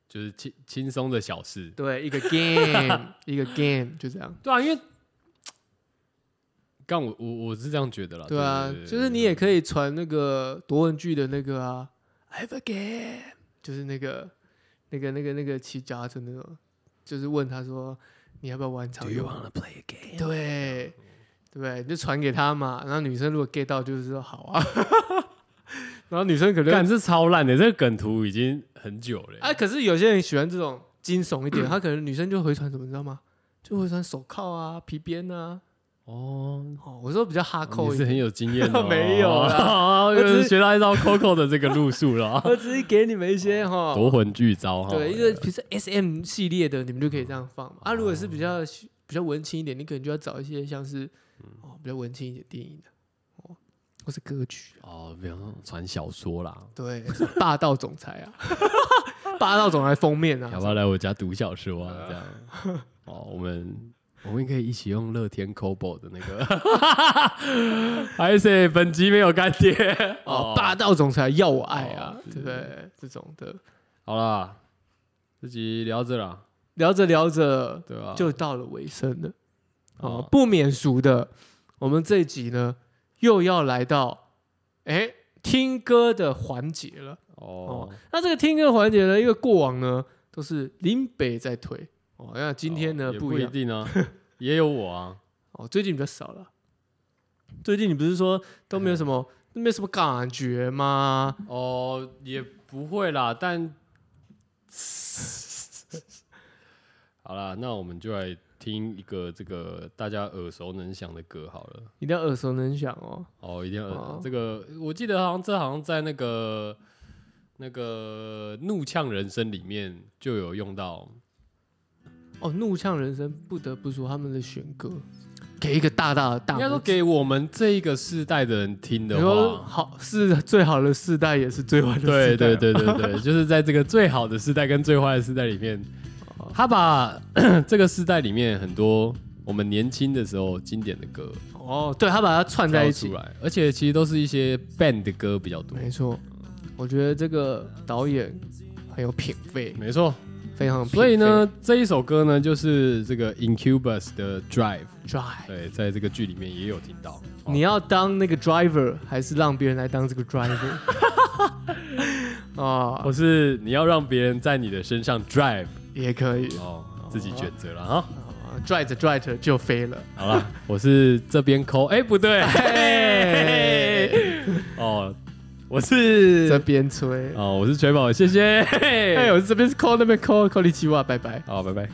A: 就是轻轻松的小事。
B: 对一个 game 一个 game 就这样。
A: 对啊，因为干我我我是这样觉得啦。
B: 对啊，就是你也可以传那个夺文剧的那个啊，I've a game，就是那个那个那个那个骑脚踏车那种，就是问他说你要不要玩场游戏？
A: to play a game？
B: 对，对不对？你就传给他嘛。然后女生如果 get 到，就是说好啊。 然后女生可能
A: 干这超烂的，这个梗图已经很久了、
B: 啊，可是有些人喜欢这种惊悚一点，他可能女生就回传什么，你知道吗？就回传手铐啊、皮鞭啊。
A: 哦，
B: 哦，我说比较哈扣
A: 你是
B: 一 点
A: 很。有经验的、哦，
B: 没有啦
A: 啦，
B: 我只
A: 又
B: 是，
A: 学到一招 Coco 的这个路数了
B: 我只是给你们一些哈，
A: 夺魂剧招哈。
B: 哦对，一个比如说 S M 系列的，你们就可以这样放嘛。啊，如果是比较喜比较文青一点，你可能就要找一些像是哦比较文青一点电影的哦，或是歌曲。
A: 哦，比方说传小说啦，
B: 对，什么霸道总裁啊， 霸道总裁封面
A: 要
B: 啊
A: 不，要来我家读小说啊？这样， 哦，我们我们可以一起用乐天 Kobo 的那 个，还是本集没有干爹
B: 哦，霸道总裁要我爱啊
A: 哦，
B: 对不对？这种的，
A: 好啦，这集聊这啦，
B: 聊着聊着
A: 对吧、
B: 就到了尾声了。哦
A: 哦，
B: 不免俗的，我们这一集呢又要来到哎听歌的环节了。
A: 哦，
B: 那这个听歌环节呢，一个过往呢都是林北在推哦，那今天呢、
A: 哦也
B: 不
A: 不
B: 一
A: 一
B: 样
A: 定 啊，也有我啊，
B: 哦，最近比较少了。最近你不是说都没有什么、
A: 嗯
B: 没什么感觉吗？
A: 哦，也不会啦，但 好啦，那我们就来听一个这个大家耳熟能详的歌好了。
B: 一定要耳熟能详哦。
A: 哦，一定要、
B: 哦
A: 这个，我记得好像这好像在那个那个《怒呛人生》里面就有用到。
B: 哦，怒呛人生不得不说他们的选歌，给一个大大的大
A: 应
B: 拇指，
A: 该说给我们这一个世代的人听的
B: 你说
A: 话，
B: 好是最好的世代，也是最坏的世
A: 对
B: 代哦。
A: 对对对对，就是在这个最好的世代跟最坏的世代里面，
B: 哦
A: 他把 这个世代里面很多我们年轻的时候经典的歌
B: 哦，对他把它串在
A: 挑
B: 一
A: 出
B: 起，
A: 来，而且其实都是一些 band 的歌比较多。
B: 没错。我觉得这个导演很有品味，
A: 没错，
B: 非常有品
A: 所以
B: 味
A: 呢，这一首歌呢，就是这个 Incubus 的 Drive。
B: ，Drive。
A: 对，在这个剧里面也有听到。哦
B: 你要当那个 driver，还是让别人来当这个 driver？
A: 我
B: 哦，
A: 是你要让别人在你的身上 drive
B: 也可以，
A: 哦，自己选择了哈。
B: 哦拽着拽着就飞了。
A: 好了，我是这边抠，哎、不对，
B: 嘿，
A: 哦，我是
B: 这哎边吹，哎
A: 哦，我是锤宝，谢谢。
B: 哎，我这边是 call 那边 call call 你七哇，拜拜。
A: 好，拜拜。